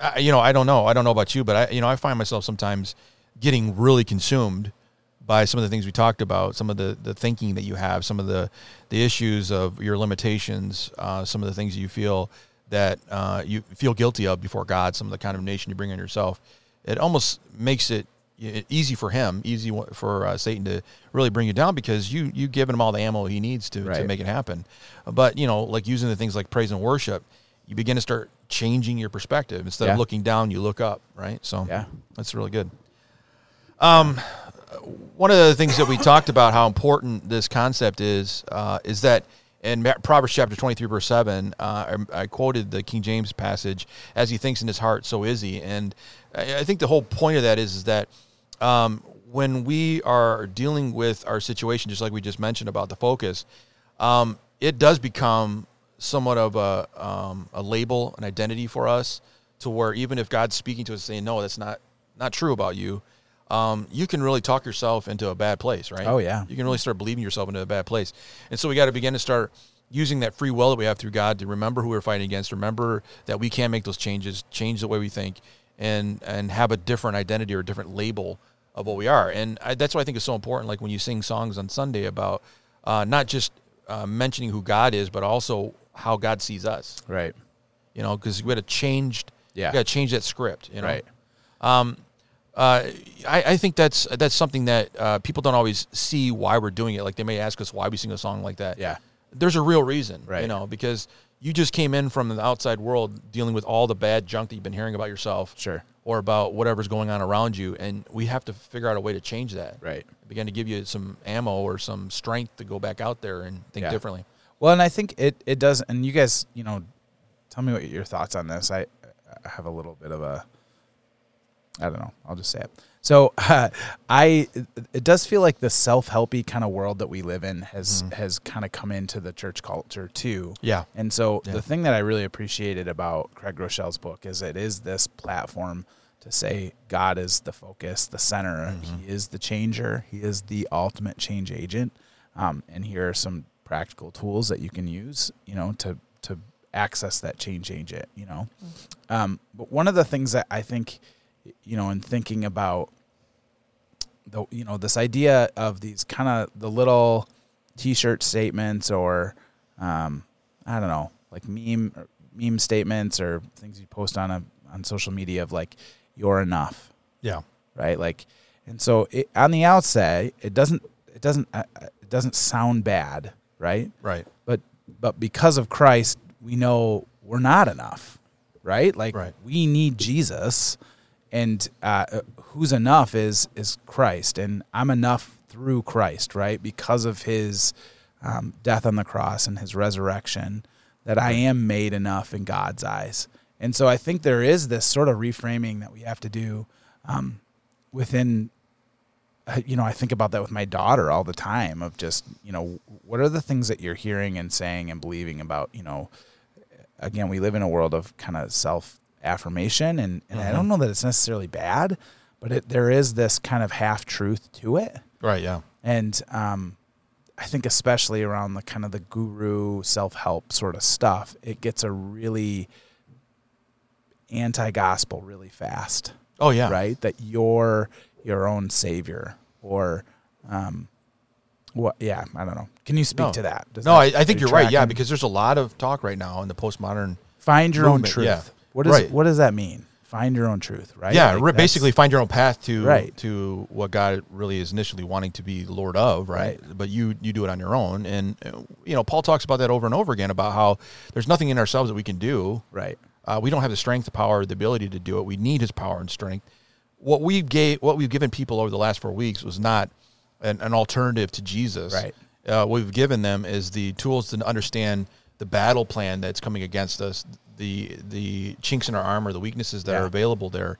S2: I, you know, I don't know. I don't know about you, but I, you know, I find myself sometimes getting really consumed by some of the things we talked about, some of the, the thinking that you have, some of the, the issues of your limitations, uh, some of the things you feel that uh, you feel guilty of before God, some of the condemnation you bring on yourself. It almost makes it e- easy for him, easy wa- for uh, Satan to really bring you down because you you given him all the ammo he needs to, to
S3: Right.
S2: make it happen. But you know, like using the things like praise and worship, you begin to start changing your perspective instead
S3: Yeah.
S2: of looking down, you look up, right? So
S3: Yeah.
S2: that's really good. One of the things that we talked about how important this concept is uh, is that in Ma- Proverbs chapter twenty three verse seven, uh, I I quoted the King James passage: "As he thinks in his heart, so is he." And I I think the whole point of that is is that um, when we are dealing with our situation, just like we just mentioned about the focus, um, it does become somewhat of a um, a label, an identity for us, to where even if God's speaking to us saying, "No, that's not not true about you," um, you can really talk yourself into a bad place, right?
S3: Oh, yeah.
S2: you can really start believing yourself into a bad place, and so we got to begin to start using that free will that we have through God to remember who we're fighting against, remember that we can make those changes, change the way we think, and and have a different identity or a different label of what we are, and I, that's why I think it's so important. Like when you sing songs on Sunday about uh, not just uh, mentioning who God is, but also how God sees us.
S3: right
S2: You know, because we got to change.
S3: Yeah.
S2: we got to change that script. You know,
S3: Right.
S2: Uh, I, I think that's that's something that uh, people don't always see why we're doing it. Like they may ask us why we sing a song like that.
S3: Yeah.
S2: there's a real reason. You
S3: Right.
S2: know, because you just came in from the outside world dealing with all the bad junk that you've been hearing about yourself.
S3: Sure.
S2: Or about whatever's going on around you, and we have to figure out a way to change that.
S3: Right.
S2: Begin to give you some ammo or some strength to go back out there and think
S3: Yeah.
S2: differently.
S3: Well, and I think it it does, and you guys, you know, tell me what your thoughts on this. I I have a little bit of a I don't know. I'll just say it. So [LAUGHS] uh, I it does feel like the self helpy kind of world that we live in has has kind of come into the church culture too.
S2: Yeah.
S3: And so the thing that I really appreciated about Craig Rochelle's book is it is this platform to say God is the focus, the center. He is the changer. He is the ultimate change agent. Um, and here are some practical tools that you can use, you know, to to access that change agent, you know. Um, but one of the things that I think, you know, in thinking about the, you know, this idea of these kind of the little T-shirt statements or, um, I don't know, like meme or meme statements or things you post on a on social media of like you're enough,
S2: Yeah.
S3: right? Like, and so it, on the outset, it doesn't it doesn't uh, uh, it doesn't sound bad, right?
S2: Right.
S3: but but because of Christ, we know we're not enough, right? Like
S2: Right.
S3: we need Jesus, and uh, who's enough is is Christ, and I'm enough through Christ, right? Because of His um, death on the cross and His resurrection, that I am made enough in God's eyes, and so I think there is this sort of reframing that we have to do um, within I- you know, I think about that with my daughter all the time of just, you know, what are the things that you're hearing and saying and believing about, you know, again, we live in a world of kind of self affirmation and, and I don't know that it's necessarily bad, but it, there is this kind of half truth to it.
S2: Right. Yeah.
S3: And, um, I think especially around the kind of the guru self help sort of stuff, it gets a really anti gospel really fast
S2: Oh yeah.
S3: right? That you're your own savior or um what yeah, I don't know. Can you speak
S2: No.
S3: to that? Does
S2: No,
S3: that-
S2: I, I think
S3: are
S2: you're right. Yeah,
S3: tracking?
S2: because there's a lot of talk right now in the postmodern.
S3: find your own
S2: movement,
S3: truth.
S2: yeah.
S3: What is
S2: Right.
S3: what does that mean? Find your own truth, right?
S2: yeah,
S3: Like,
S2: re-
S3: that's-
S2: basically find your own path to
S3: Right.
S2: to what God really is initially wanting to be Lord of, right? But you you do it on your own, and uh, you know Paul talks about that over and over again about how there's nothing in ourselves that we can do.
S3: right.
S2: Uh, we don't have the strength, the power, the ability to do it. We need His power and strength. What we gave, what we've given people over the last four weeks was not an, an alternative to Jesus.
S3: Right.
S2: Uh, what we've given them is the tools to understand the battle plan that's coming against us, the the chinks in our armor, the weaknesses that are available there,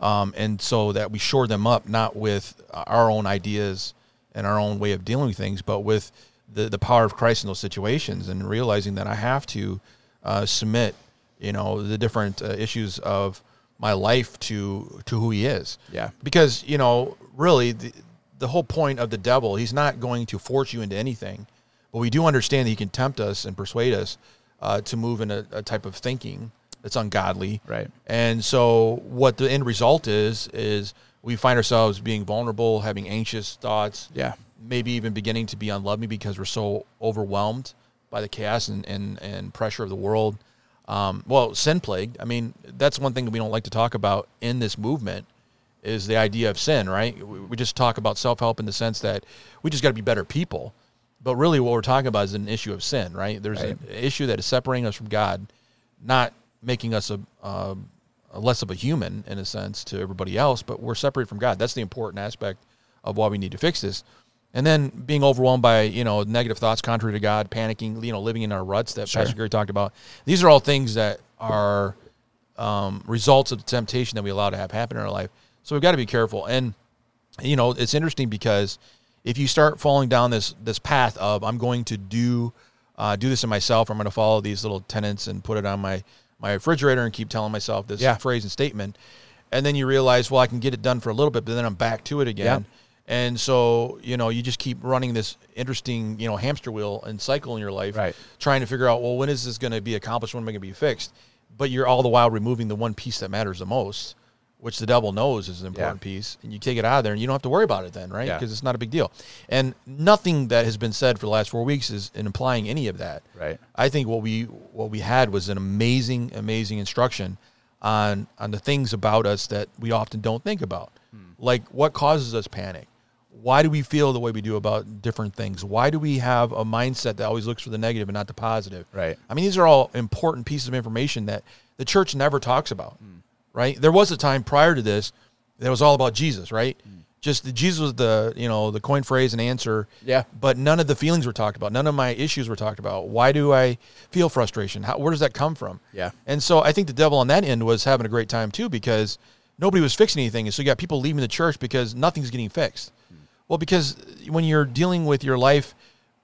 S2: um, and so that we shore them up not with our own ideas and our own way of dealing with things, but with the the power of Christ in those situations, and realizing that I have to uh, submit, you know, the different uh, issues of my life to to who He is.
S3: Yeah.
S2: because you know, really. The, the whole point of the devil, he's not going to force you into anything, but we do understand that he can tempt us and persuade us uh, to move in a, a type of thinking that's ungodly.
S3: Right.
S2: And so, what the end result is, is we find ourselves being vulnerable, having anxious thoughts.
S3: Yeah.
S2: Maybe even beginning to be unloving because we're so overwhelmed by the chaos and, and, and pressure of the world. Um, well, sin plagued. I mean, that's one thing that we don't like to talk about in this movement is the idea of sin, right? We we just talk about self help in the sense that we just got to be better people. But really, what we're talking about is an issue of sin, right? There's an issue that is separating us from God, not making us a, a, a less of a human in a sense to everybody else, but we're separated from God. That's the important aspect of why we need to fix this. And then being overwhelmed by you know negative thoughts contrary to God, panicking, you know, living in our ruts that Pastor Gary talked about. These are all things that are um, results of the temptation that we allow to have happen in our life. So we've got to be careful. And you know, it's interesting because if you start falling down this this path of I'm going to do uh, do this in myself, I'm going to follow these little tenets and put it on my my refrigerator and keep telling myself this
S3: Yeah.
S2: phrase and statement, and then you realize, well, I can get it done for a little bit, but then I'm back to it again.
S3: Yeah.
S2: And so, you know, you just keep running this interesting, you know, hamster wheel and cycle in your life,
S3: Right.
S2: trying to figure out, well, when is this going to be accomplished? When am I going to be fixed? But you're all the while removing the one piece that matters the most, which the devil knows is an important piece. And you take it out of there and you don't have to worry about it then, right?
S3: Yeah.
S2: Because it's not a big deal. And nothing that has been said for the last four weeks is in implying any of that.
S3: Right.
S2: I think what we what we had was an amazing, amazing instruction on on the things about us that we often don't think about,
S3: Hmm.
S2: like what causes us panic. Why do we feel the way we do about different things? Why do we have a mindset that always looks for the negative and not the positive?
S3: Right.
S2: I mean, these are all important pieces of information that the
S3: Mm. Mm.
S2: church never talks about, right? There was a time prior to this that was all about Jesus, right? just the, Jesus was the you know the coin phrase and answer.
S3: Yeah.
S2: But none of the feelings were talked about. None of my issues were talked about. Why do I feel frustration? How, where does that come from?
S3: Yeah.
S2: And so I think the devil on that end was having a great time too because nobody was fixing anything. And so you got people leaving the church because nothing's getting fixed. Well, because when you're dealing with your life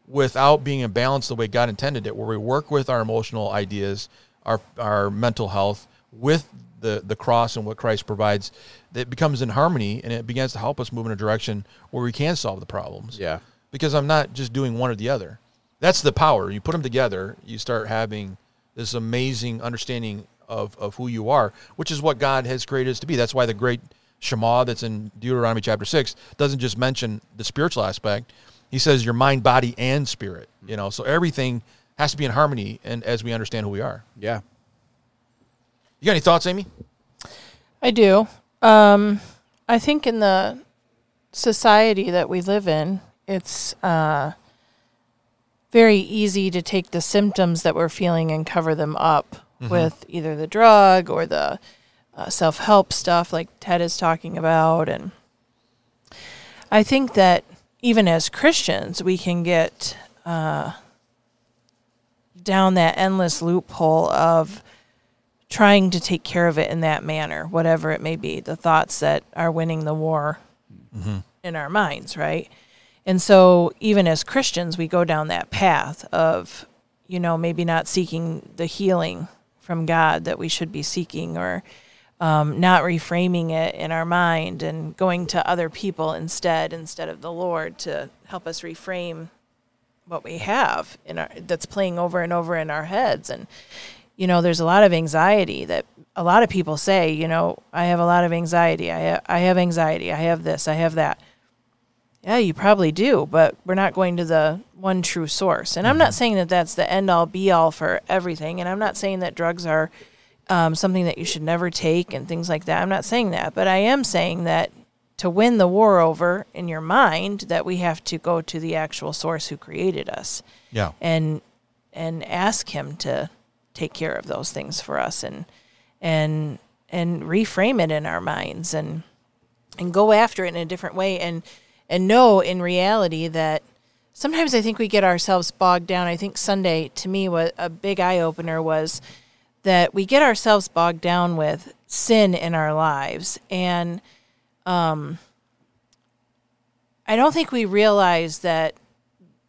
S2: without being in balance the way God intended it, where we work with our emotional ideas, our our mental health with the the cross and what Christ provides, it becomes in harmony and it begins to help us move in a direction where we can solve the problems.
S3: Yeah.
S2: Because I'm not just doing one or the other. That's the power. You put them together, you start having this amazing understanding of, of who you are, which is what God has created us to be. That's why the great Shema that's in Deuteronomy chapter six doesn't just mention the spiritual aspect. He says your mind, body, and spirit. You know, so everything has to be in harmony and as we understand who we are.
S3: Yeah.
S2: You got any thoughts, Amy?
S4: I do. Um, I think in the society that we live in, it's uh, very easy to take the symptoms that we're feeling and cover them up with either the drug or the uh, self help stuff, like Ted is talking about. And I think that even as Christians, we can get uh, down that endless loophole of trying to take care of it in that manner, whatever it may be, the thoughts that are winning the war in our minds, right? And so, even as Christians, we go down that path of, you know, maybe not seeking the healing from God that we should be seeking or um, not reframing it in our mind and going to other people instead, instead of the Lord to help us reframe what we have in our that's playing over and over in our heads and you know there's a lot of anxiety that a lot of people say you know i have a lot of anxiety i ha- i have anxiety i have this i have that yeah you probably do but we're not going to the one true source and i'm not saying that that's the end all be all for everything and i'm not saying that drugs are um, something that you should never take and things like that i'm not saying that but i am saying that to win the war over in your mind that we have to go to the actual source who created us
S2: Yeah.
S4: and and ask him to take care of those things for us and and and reframe it in our minds and and go after it in a different way and and know in reality that sometimes I think we get ourselves bogged down. I think Sunday to me was a big eye opener was that we get ourselves bogged down with sin in our lives and um I don't think we realize that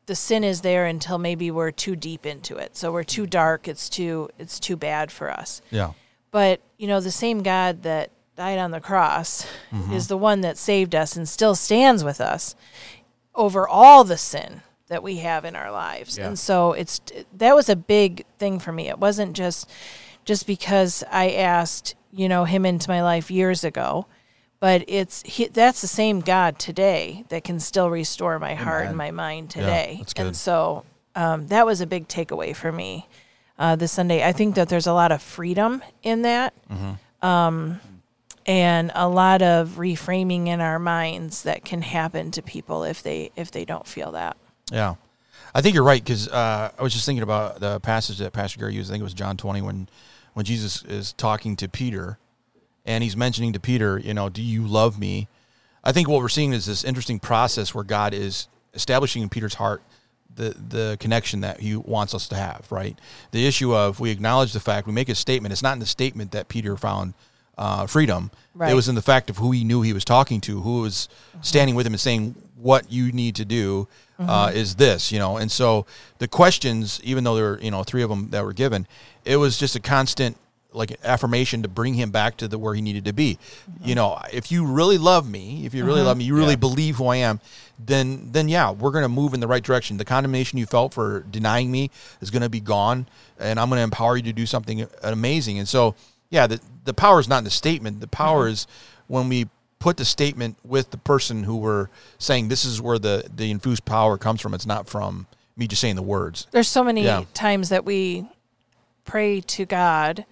S4: the sin is there until maybe we're too deep into it. So we're too dark, it's too it's too bad for us.
S2: Yeah.
S4: But, you know, the same God that died on the cross
S2: Mm-hmm.
S4: is the one that saved us and still stands with us over all the sin that we have in our lives.
S3: Yeah.
S4: And so it's that was a big thing for me. It wasn't just just because I asked, you know, him into my life years ago, but it's he, that's the same God today that can still restore my heart and my mind today.
S2: that's good.
S4: And so um, that was a big takeaway for me uh, this Sunday. I think that there's a lot of freedom in that um, and a lot of reframing in our minds that can happen to people if they if they don't feel that.
S2: Yeah, I think you're right because uh, I was just thinking about the passage that Pastor Gary used. I think it was John 20 when when Jesus is talking to Peter, and he's mentioning to Peter, you know, do you love me? I think what we're seeing is this interesting process where God is establishing in Peter's heart the the connection that He wants us to have. Right, the issue of we acknowledge the fact, we make a statement. It's not in the statement that Peter found. Uh, freedom. It
S4: Right.
S2: was in the fact of who he knew he was talking to, who was standing with him and saying, "What you need to do uh, is this," you know. And so the questions, even though there were you know three of them that were given, it was just a constant like affirmation to bring him back to the where he needed to be. You know, if you really love me, if you really love me, you really believe who I am, then then yeah, we're going to move in the right direction. The condemnation you felt for denying me is going to be gone, and I'm going to empower you to do something amazing. And so yeah, the, the power is not in the statement. The power
S3: Mm-hmm.
S2: is when we put the statement with the person who we're saying this is where the, the infused power comes from. It's not from me just saying the words.
S4: There's so many
S2: Yeah.
S4: times that we pray to God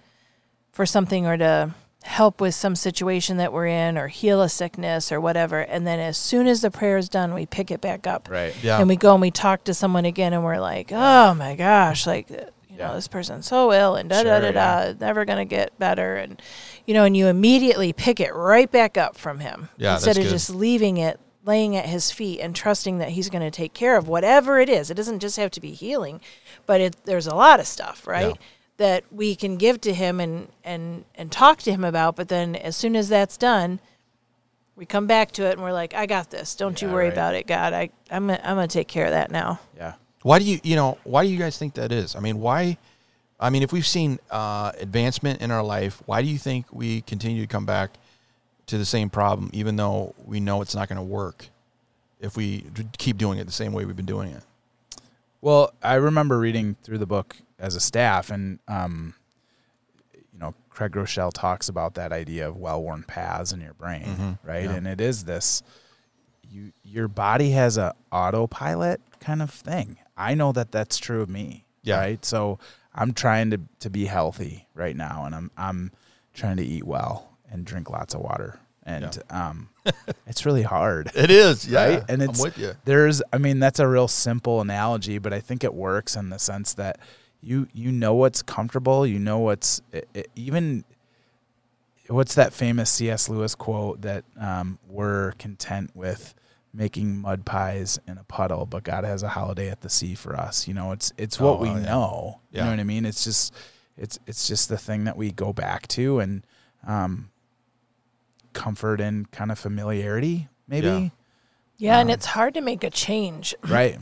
S4: for something or to help with some situation that we're in or heal a sickness or whatever and then as soon as the prayer is done we pick it back up
S3: Right.
S2: Yeah.
S4: and we go and we talk to someone again and we're like oh my gosh like you you know, this person's so ill and da da da
S3: Sure,
S4: da, never going to get better. And, you know, and you immediately pick it right back up from him
S2: Yeah,
S4: instead
S2: that's
S4: of
S2: good.
S4: just leaving it laying at his feet and trusting that he's going to take care of whatever it is. It doesn't just have to be healing, but it, there's a lot of stuff, right?
S2: Yeah.
S4: That we can give to him and, and, and talk to him about. But then as soon as that's done, we come back to it and we're like, I got this. Don't you
S3: Yeah,
S4: worry
S3: right.
S4: about it, God. I, I'm going to I'm going to take care of that now.
S3: Yeah.
S2: Why do you you know why do you guys think that is? I mean, why? I mean, if we've seen uh, advancement in our life, why do you think we continue to come back to the same problem, even though we know it's not going to work if we d- keep doing it the same way we've been doing it?
S3: Well, I remember reading through the book as a staff, and um, you know, Craig Rochelle talks about that idea of well-worn paths in your brain, right? And it is this: you, your body has a autopilot kind of thing. I know that that's true of me,
S2: Yeah.
S3: right? So I'm trying to to be healthy right now, and I'm I'm trying to eat well and drink lots of water, and um, [LAUGHS] it's really hard
S2: It is,
S3: right? And it's there's I mean that's a real simple analogy, but I think it works in the sense that you you know what's comfortable, you know what's i i even what's that famous C.S. Lewis quote that um, we're content with making mud pies in a puddle, but God has a holiday at the sea for us. You know, it's it's what
S2: Oh,
S3: we
S2: wow, yeah.
S3: know. You
S2: Yeah.
S3: know what I mean? It's just it's it's just the thing that we go back to and um, comfort and kind of familiarity, maybe.
S4: Yeah,
S3: Um,
S4: and it's hard to make a change.
S3: Right.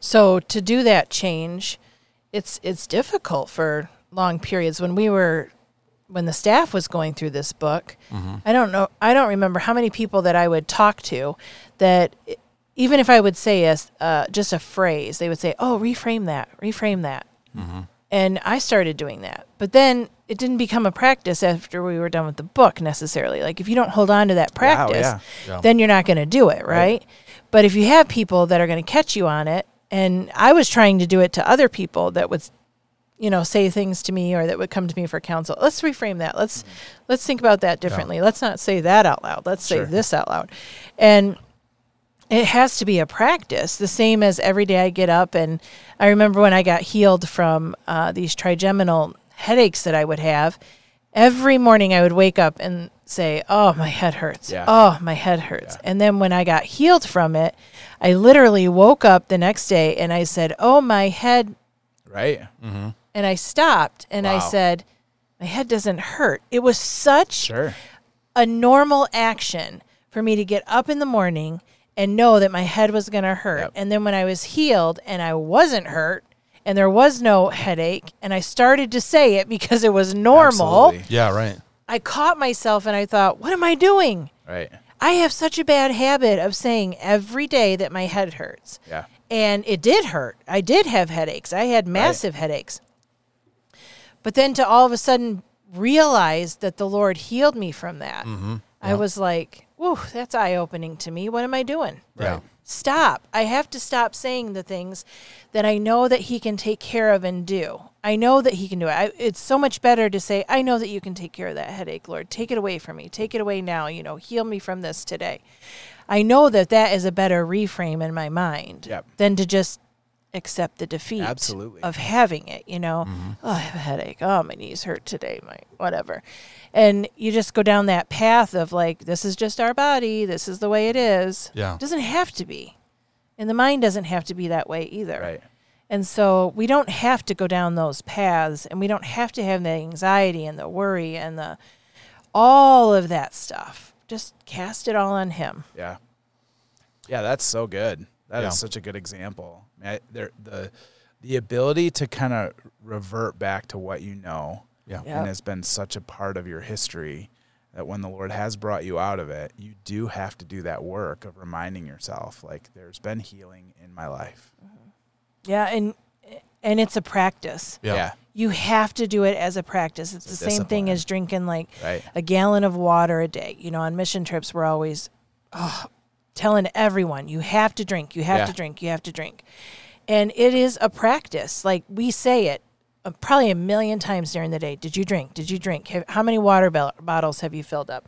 S4: So to do that change, it's it's difficult for long periods. When we were when the staff was going through this book, I don't know I don't remember how many people that I would talk to that e- even if I would say a, s- uh, just a phrase, they would say, "Oh, reframe that. Reframe that." And I started doing that. But then it didn't become a practice after we were done with the book necessarily. Like if you don't hold on to that practice,
S3: yeah.
S2: Yeah.
S4: then you're not going to do it, right? But if you have people that are going to catch you on it, and I was trying to do it to other people that would, you know, say things to me or that would come to me for counsel. Let's reframe that. Let's let's think about that differently. Let's not say that out loud. Let's say this out loud. And it has to be a practice the same as every day i get up and i remember when i got healed from uh, these trigeminal headaches that i would have every morning i would wake up and say oh my head hurts
S3: Yeah.
S4: oh my head hurts and then when i got healed from it i literally woke up the next day and i said oh my head
S3: Right.
S2: Mm.
S4: and i stopped and i
S3: Wow.
S4: said my head doesn't hurt it was such
S3: Sure.
S4: a normal action for me to get up in the morning and know that my head was going to hurt.
S3: Yep.
S4: And then when I was healed and I wasn't hurt and there was no headache and I started to say it because it was normal,
S3: Absolutely.
S2: Yeah, right.
S4: I caught myself and I thought, what am I doing?
S3: Right.
S4: I have such a bad habit of saying every day that my head hurts.
S3: Yeah.
S4: And it did hurt. I did have headaches. I had massive headaches. But then to all of a sudden realize that the Lord healed me from that,
S3: Mm-hmm.
S4: I was like, whew, that's eye opening to me. What am I doing?
S2: Yeah.
S4: Stop. I have to stop saying the things that I know that He can take care of and do. I know that He can do it. I, it's so much better to say, I know that you can take care of that headache, Lord. Take it away from me. Take it away now. You know, heal me from this today. I know that that is a better reframe in my mind
S3: Yep.
S4: than to just accept the defeat
S3: Absolutely.
S4: of having it, you know. Oh, I have a headache. Oh, my knees hurt today, my whatever. And you just go down that path of like this is just our body, this is the way it is.
S2: Yeah.
S4: It doesn't have to be. And the mind doesn't have to be that way either.
S3: Right.
S4: And so we don't have to go down those paths and we don't have to have the anxiety and the worry and the all of that stuff. Just cast it all on him.
S3: Yeah. Yeah, that's so good. That is
S2: Yeah.
S3: such a good example. I, there, the the ability to kind of revert back to what you know
S2: Yeah.
S4: Yeah.
S3: and has been such a part of your history that when the Lord has brought you out of it, you do have to do that work of reminding yourself like there's been healing in my life.
S4: Yeah, and and it's a practice.
S2: Yeah.
S4: You have to do it as a practice. It's,
S3: a
S4: the same thing
S3: discipline.
S4: as drinking like
S3: Right.
S4: a gallon of water a day. You know, on mission trips we're always oh, telling everyone, you have to drink, you have
S3: Yeah.
S4: to drink, you have to drink. And it is a practice. Like we say it uh, probably a million times during the day. Did you drink? Did you drink? Have, how many water bell- bottles have you filled up?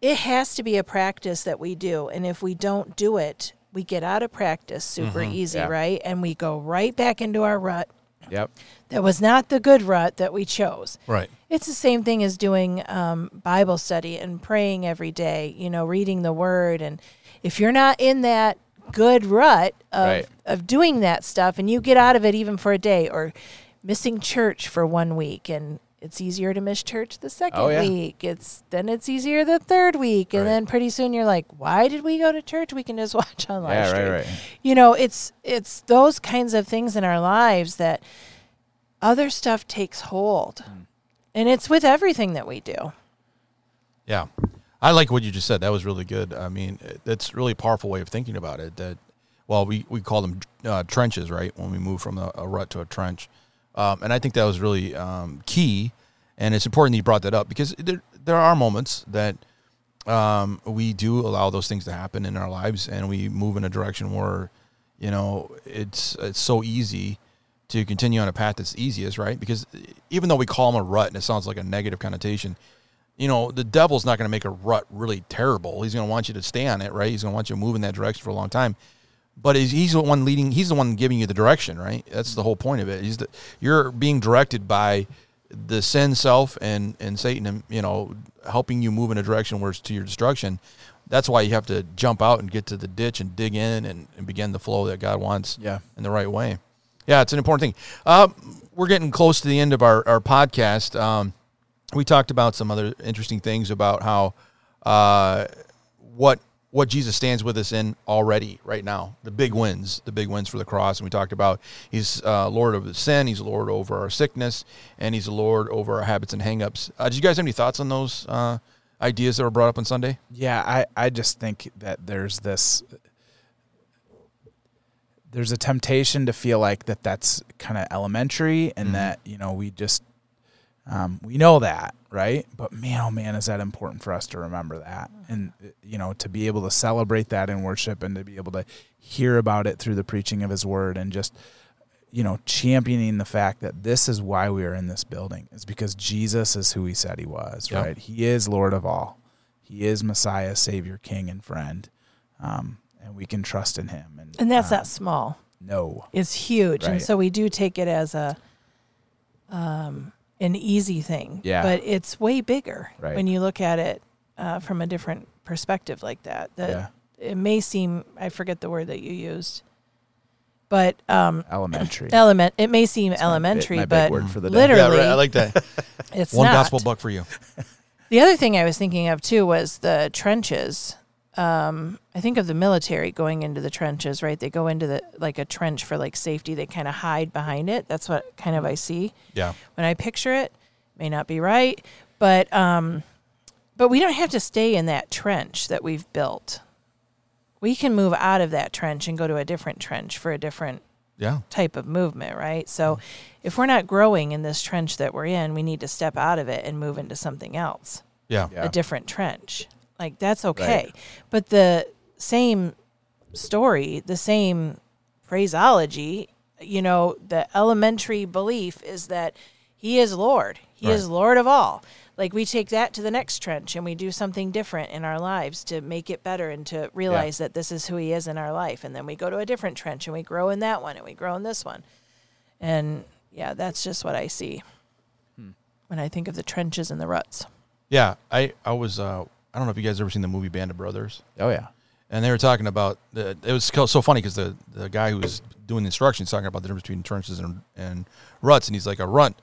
S4: It has to be a practice that we do. And if we don't do it, we get out of practice super easy,
S3: Mm-hmm. Yeah.
S4: right? And we go right back into our rut
S3: Yep.
S4: That was not the good rut that we chose.
S2: Right.
S4: It's the same thing as doing um, Bible study and praying every day, you know, reading the word. And if you're not in that good rut of,
S3: Right.
S4: of doing that stuff and you get out of it even for a day or missing church for one week and it's easier to miss church the second
S3: Oh, yeah.
S4: week. It's then it's easier the third week, and
S2: Right.
S4: then pretty soon you're like, "Why did we go to church? We can just [LAUGHS] watch on live
S3: Yeah, right,
S4: stream."
S3: right.
S4: You know, it's it's those kinds of things in our lives that other stuff takes hold.
S3: Hmm.
S4: And it's with everything that we do.
S2: Yeah. I like what you just said. That was really good. I mean, it- that's really a powerful way of thinking about it. That, well, we, we call them uh, trenches, right? When we move from a, a rut to a trench. Um, and I think that was really um, key. And it's important that you brought that up because there, there are moments that um, we do allow those things to happen in our lives and we move in a direction where, you know, it's, it's so easy to continue on a path that's easiest, right? Because even though we call them a rut and it sounds like a negative connotation, you know, the devil's not going to make a rut really terrible. He's going to want you to stay on it, right? He's going to want you to move in that direction for a long time. But he's, he's the one leading. He's the one giving you the direction, right? That's the whole point of it. He's the, you're being directed by the sin self and and Satan, and you know, helping you move in a direction where it's to your destruction. That's why you have to jump out and get to the ditch and dig in and, and begin the flow that God wants
S3: Yeah.
S2: in the right way. Yeah, it's an important thing. Uh, we're getting close to the end of our, our podcast. Um, we talked about some other interesting things about how uh, what what Jesus stands with us in already right now. The big wins, the big wins for the cross, and we talked about he's uh, Lord of the sin, he's Lord over our sickness, and he's Lord over our habits and hangups. Uh, did you guys have any thoughts on those uh, ideas that were brought up on Sunday?
S3: Yeah, I, I just think that there's this there's a temptation to feel like that that's kind of elementary and that you know we just um, we know that right but man oh man is that important for us to remember that and uh, you know to be able to celebrate that in worship and to be able to hear about it through the preaching of his word and just you know championing the fact that this is why we are in this building is because jesus is who he said he was
S2: Yeah.
S3: right he is lord of all he is messiah savior king and friend um, and we can trust in him and,
S4: And that's
S3: uh,
S4: not small.
S3: no
S4: It's huge.
S3: Right.
S4: And so we do take it as a um an easy thing.
S3: Yeah.
S4: But it's way bigger
S3: Right.
S4: when you look at it uh, from a different perspective like that. That
S3: Yeah.
S4: it may seem I forget the word that you used. But um
S3: elementary
S4: element it may seem
S3: my big-
S4: elementary,
S3: my big
S4: but
S3: word for the day. Yeah,
S4: literally
S2: Yeah, right, I like that.
S4: it's
S2: One [LAUGHS]
S4: not.
S2: gospel buck for you.
S4: The other thing I was thinking of too was the trenches. Um, I think of the military going into the trenches, right? They go into the like a trench for like safety. They kind of hide behind it. That's what kind of I see
S2: Yeah,
S4: when I picture it. May not be right, but um, but we don't have to stay in that trench that we've built. We can move out of that trench and go to a different trench for a different
S2: yeah.
S4: type of movement, right? So if we're not growing in this trench that we're in, we need to step out of it and move into something else
S2: Yeah.
S3: Yeah.
S4: a different trench. Like that's okay. But the same story, the same phraseology, you know, the elementary belief is that he is Lord. He is Lord of all. Like we take that to the next trench and we do something different in our lives to make it better and to realize that this is who he is in our life. And then we go to a different trench and we grow in that one and we grow in this one. And yeah, that's just what I see
S2: Hmm.
S4: when I think of the trenches and the ruts.
S2: Yeah, I I was uh, I don't know if you guys ever seen the movie Band of Brothers,
S3: oh yeah
S2: and they were talking about the, it was co- so funny because the the guy who was doing the instructions talking about the difference between trenches and and ruts, and he's like a rut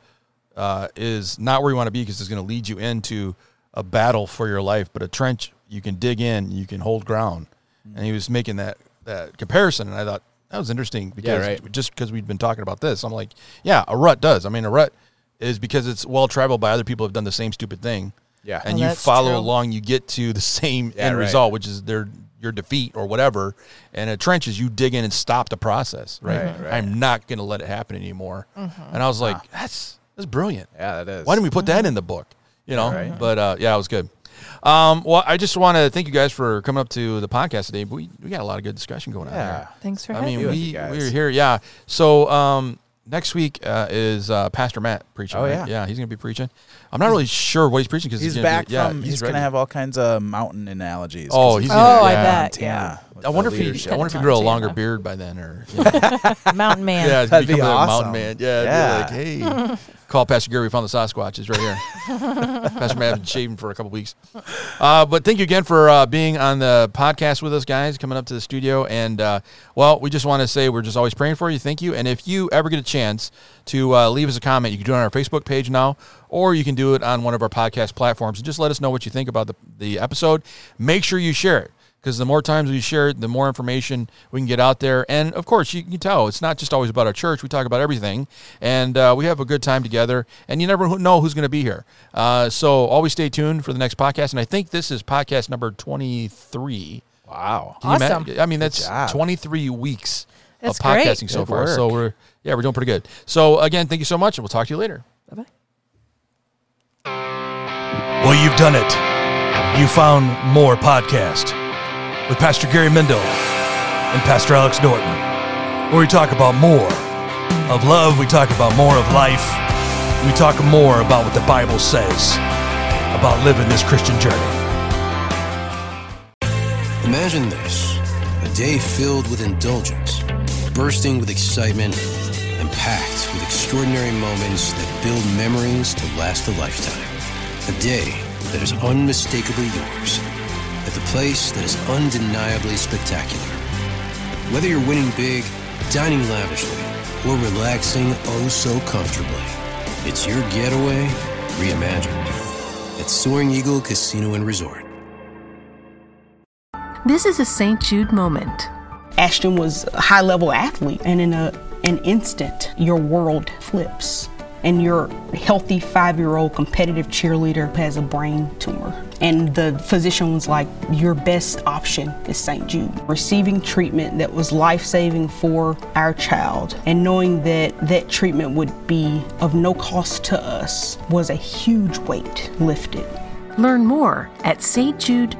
S2: uh, is not where you want to be because it's going to lead you into a battle for your life, but a trench you can dig in, you can hold ground, and he was making that that comparison, and I thought that was interesting because
S3: right.
S2: just because we've been talking about this, I'm like, yeah, a rut does. I mean, a rut is because it's well traveled by other people who have done the same stupid thing
S3: Yeah.
S2: and
S4: Well,
S2: you
S4: that's
S2: follow
S4: true.
S2: along, you get to the [LAUGHS] same
S3: Yeah,
S2: end
S3: right.
S2: result, which is their your defeat or whatever. And a trench is you dig in and stop the process. Right,
S3: Right, right.
S2: I'm not going to let it happen anymore. And I was like, that's that's brilliant.
S3: yeah that is
S2: Why didn't we put that in the book? You know,
S3: Right.
S2: but uh, yeah, it was good. Um, well, I just want to thank you guys for coming up to the podcast today. We we got a lot of good discussion going on
S3: yeah
S2: here.
S4: Thanks for
S2: I
S4: having
S2: mean,
S4: me.
S3: with
S2: we
S3: you guys.
S2: we're here, yeah. So, um, next week uh, is uh, Pastor Matt preaching.
S3: Oh,
S2: right?
S3: yeah.
S2: yeah, he's going to be preaching. I'm not really sure what he's preaching because
S3: He's,
S2: he's, gonna
S3: back
S2: Be, yeah,
S3: from. He's, gonna
S2: ready.
S3: have all kinds of mountain analogies.
S2: Oh, he's gonna,
S4: Oh, I
S2: yeah.
S4: bet.
S3: Montana. with
S2: I wonder
S3: the
S2: if he.
S3: leadership.
S2: I wonder if he
S4: Montana.
S2: grew a longer beard by then,
S3: [LAUGHS]
S2: or you know.
S4: Mountain man.
S2: [LAUGHS] yeah,
S3: That'd be
S2: become a mountain
S3: awesome.
S2: man. Yeah, be like, hey, call Pastor Gary. We found the Sasquatch. It's right here. Pastor Matt has been shaving for a couple weeks. Uh, but thank you again for uh, being on the podcast with us, guys. Coming up to the studio, and uh, well, we just want to say we're just always praying for you. Thank you. And if you ever get a chance to uh, leave us a comment, you can do it on our Facebook page now, or you can do it on one of our podcast platforms. And just let us know what you think about the the episode. Make sure you share it because the more times we share it, the more information we can get out there. And of course, you can tell it's not just always about our church. We talk about everything, and uh, we have a good time together. And you never who- know who's going to be here. Uh, so always stay tuned for the next podcast. And I think this is podcast number twenty three.
S3: wow.
S4: Awesome.
S2: I mean, that's
S3: job.
S2: twenty three weeks
S4: That's
S2: of
S4: great.
S2: podcasting so
S3: Good
S2: far.
S3: work.
S2: So we're yeah, we're doing pretty good. So again, thank you so much, and we'll talk to you later.
S4: Bye-bye.
S1: Well, you've done it. You found more podcast with Pastor Gary Mendel and Pastor Alex Norton, where we talk about more of love, we talk about more of life, we talk more about what the Bible says about living this Christian journey.
S6: Imagine this a day filled with indulgence, bursting with excitement, and packed with extraordinary moments that build memories to last a lifetime. A day that is unmistakably yours, at the place that is undeniably spectacular. Whether you're winning big, dining lavishly, or relaxing oh so comfortably, it's your getaway reimagined at Soaring Eagle Casino and Resort.
S7: This is a St. Jude moment.
S8: Ashton was a high level athlete, and in a, an instant, your world flips. And your healthy five year old competitive cheerleader has a brain tumor. And the physician was like, Your best option is St. Jude. Receiving treatment that was life saving for our child and knowing that that treatment would be of no cost to us was a huge weight lifted.
S7: Learn more at stjude.org.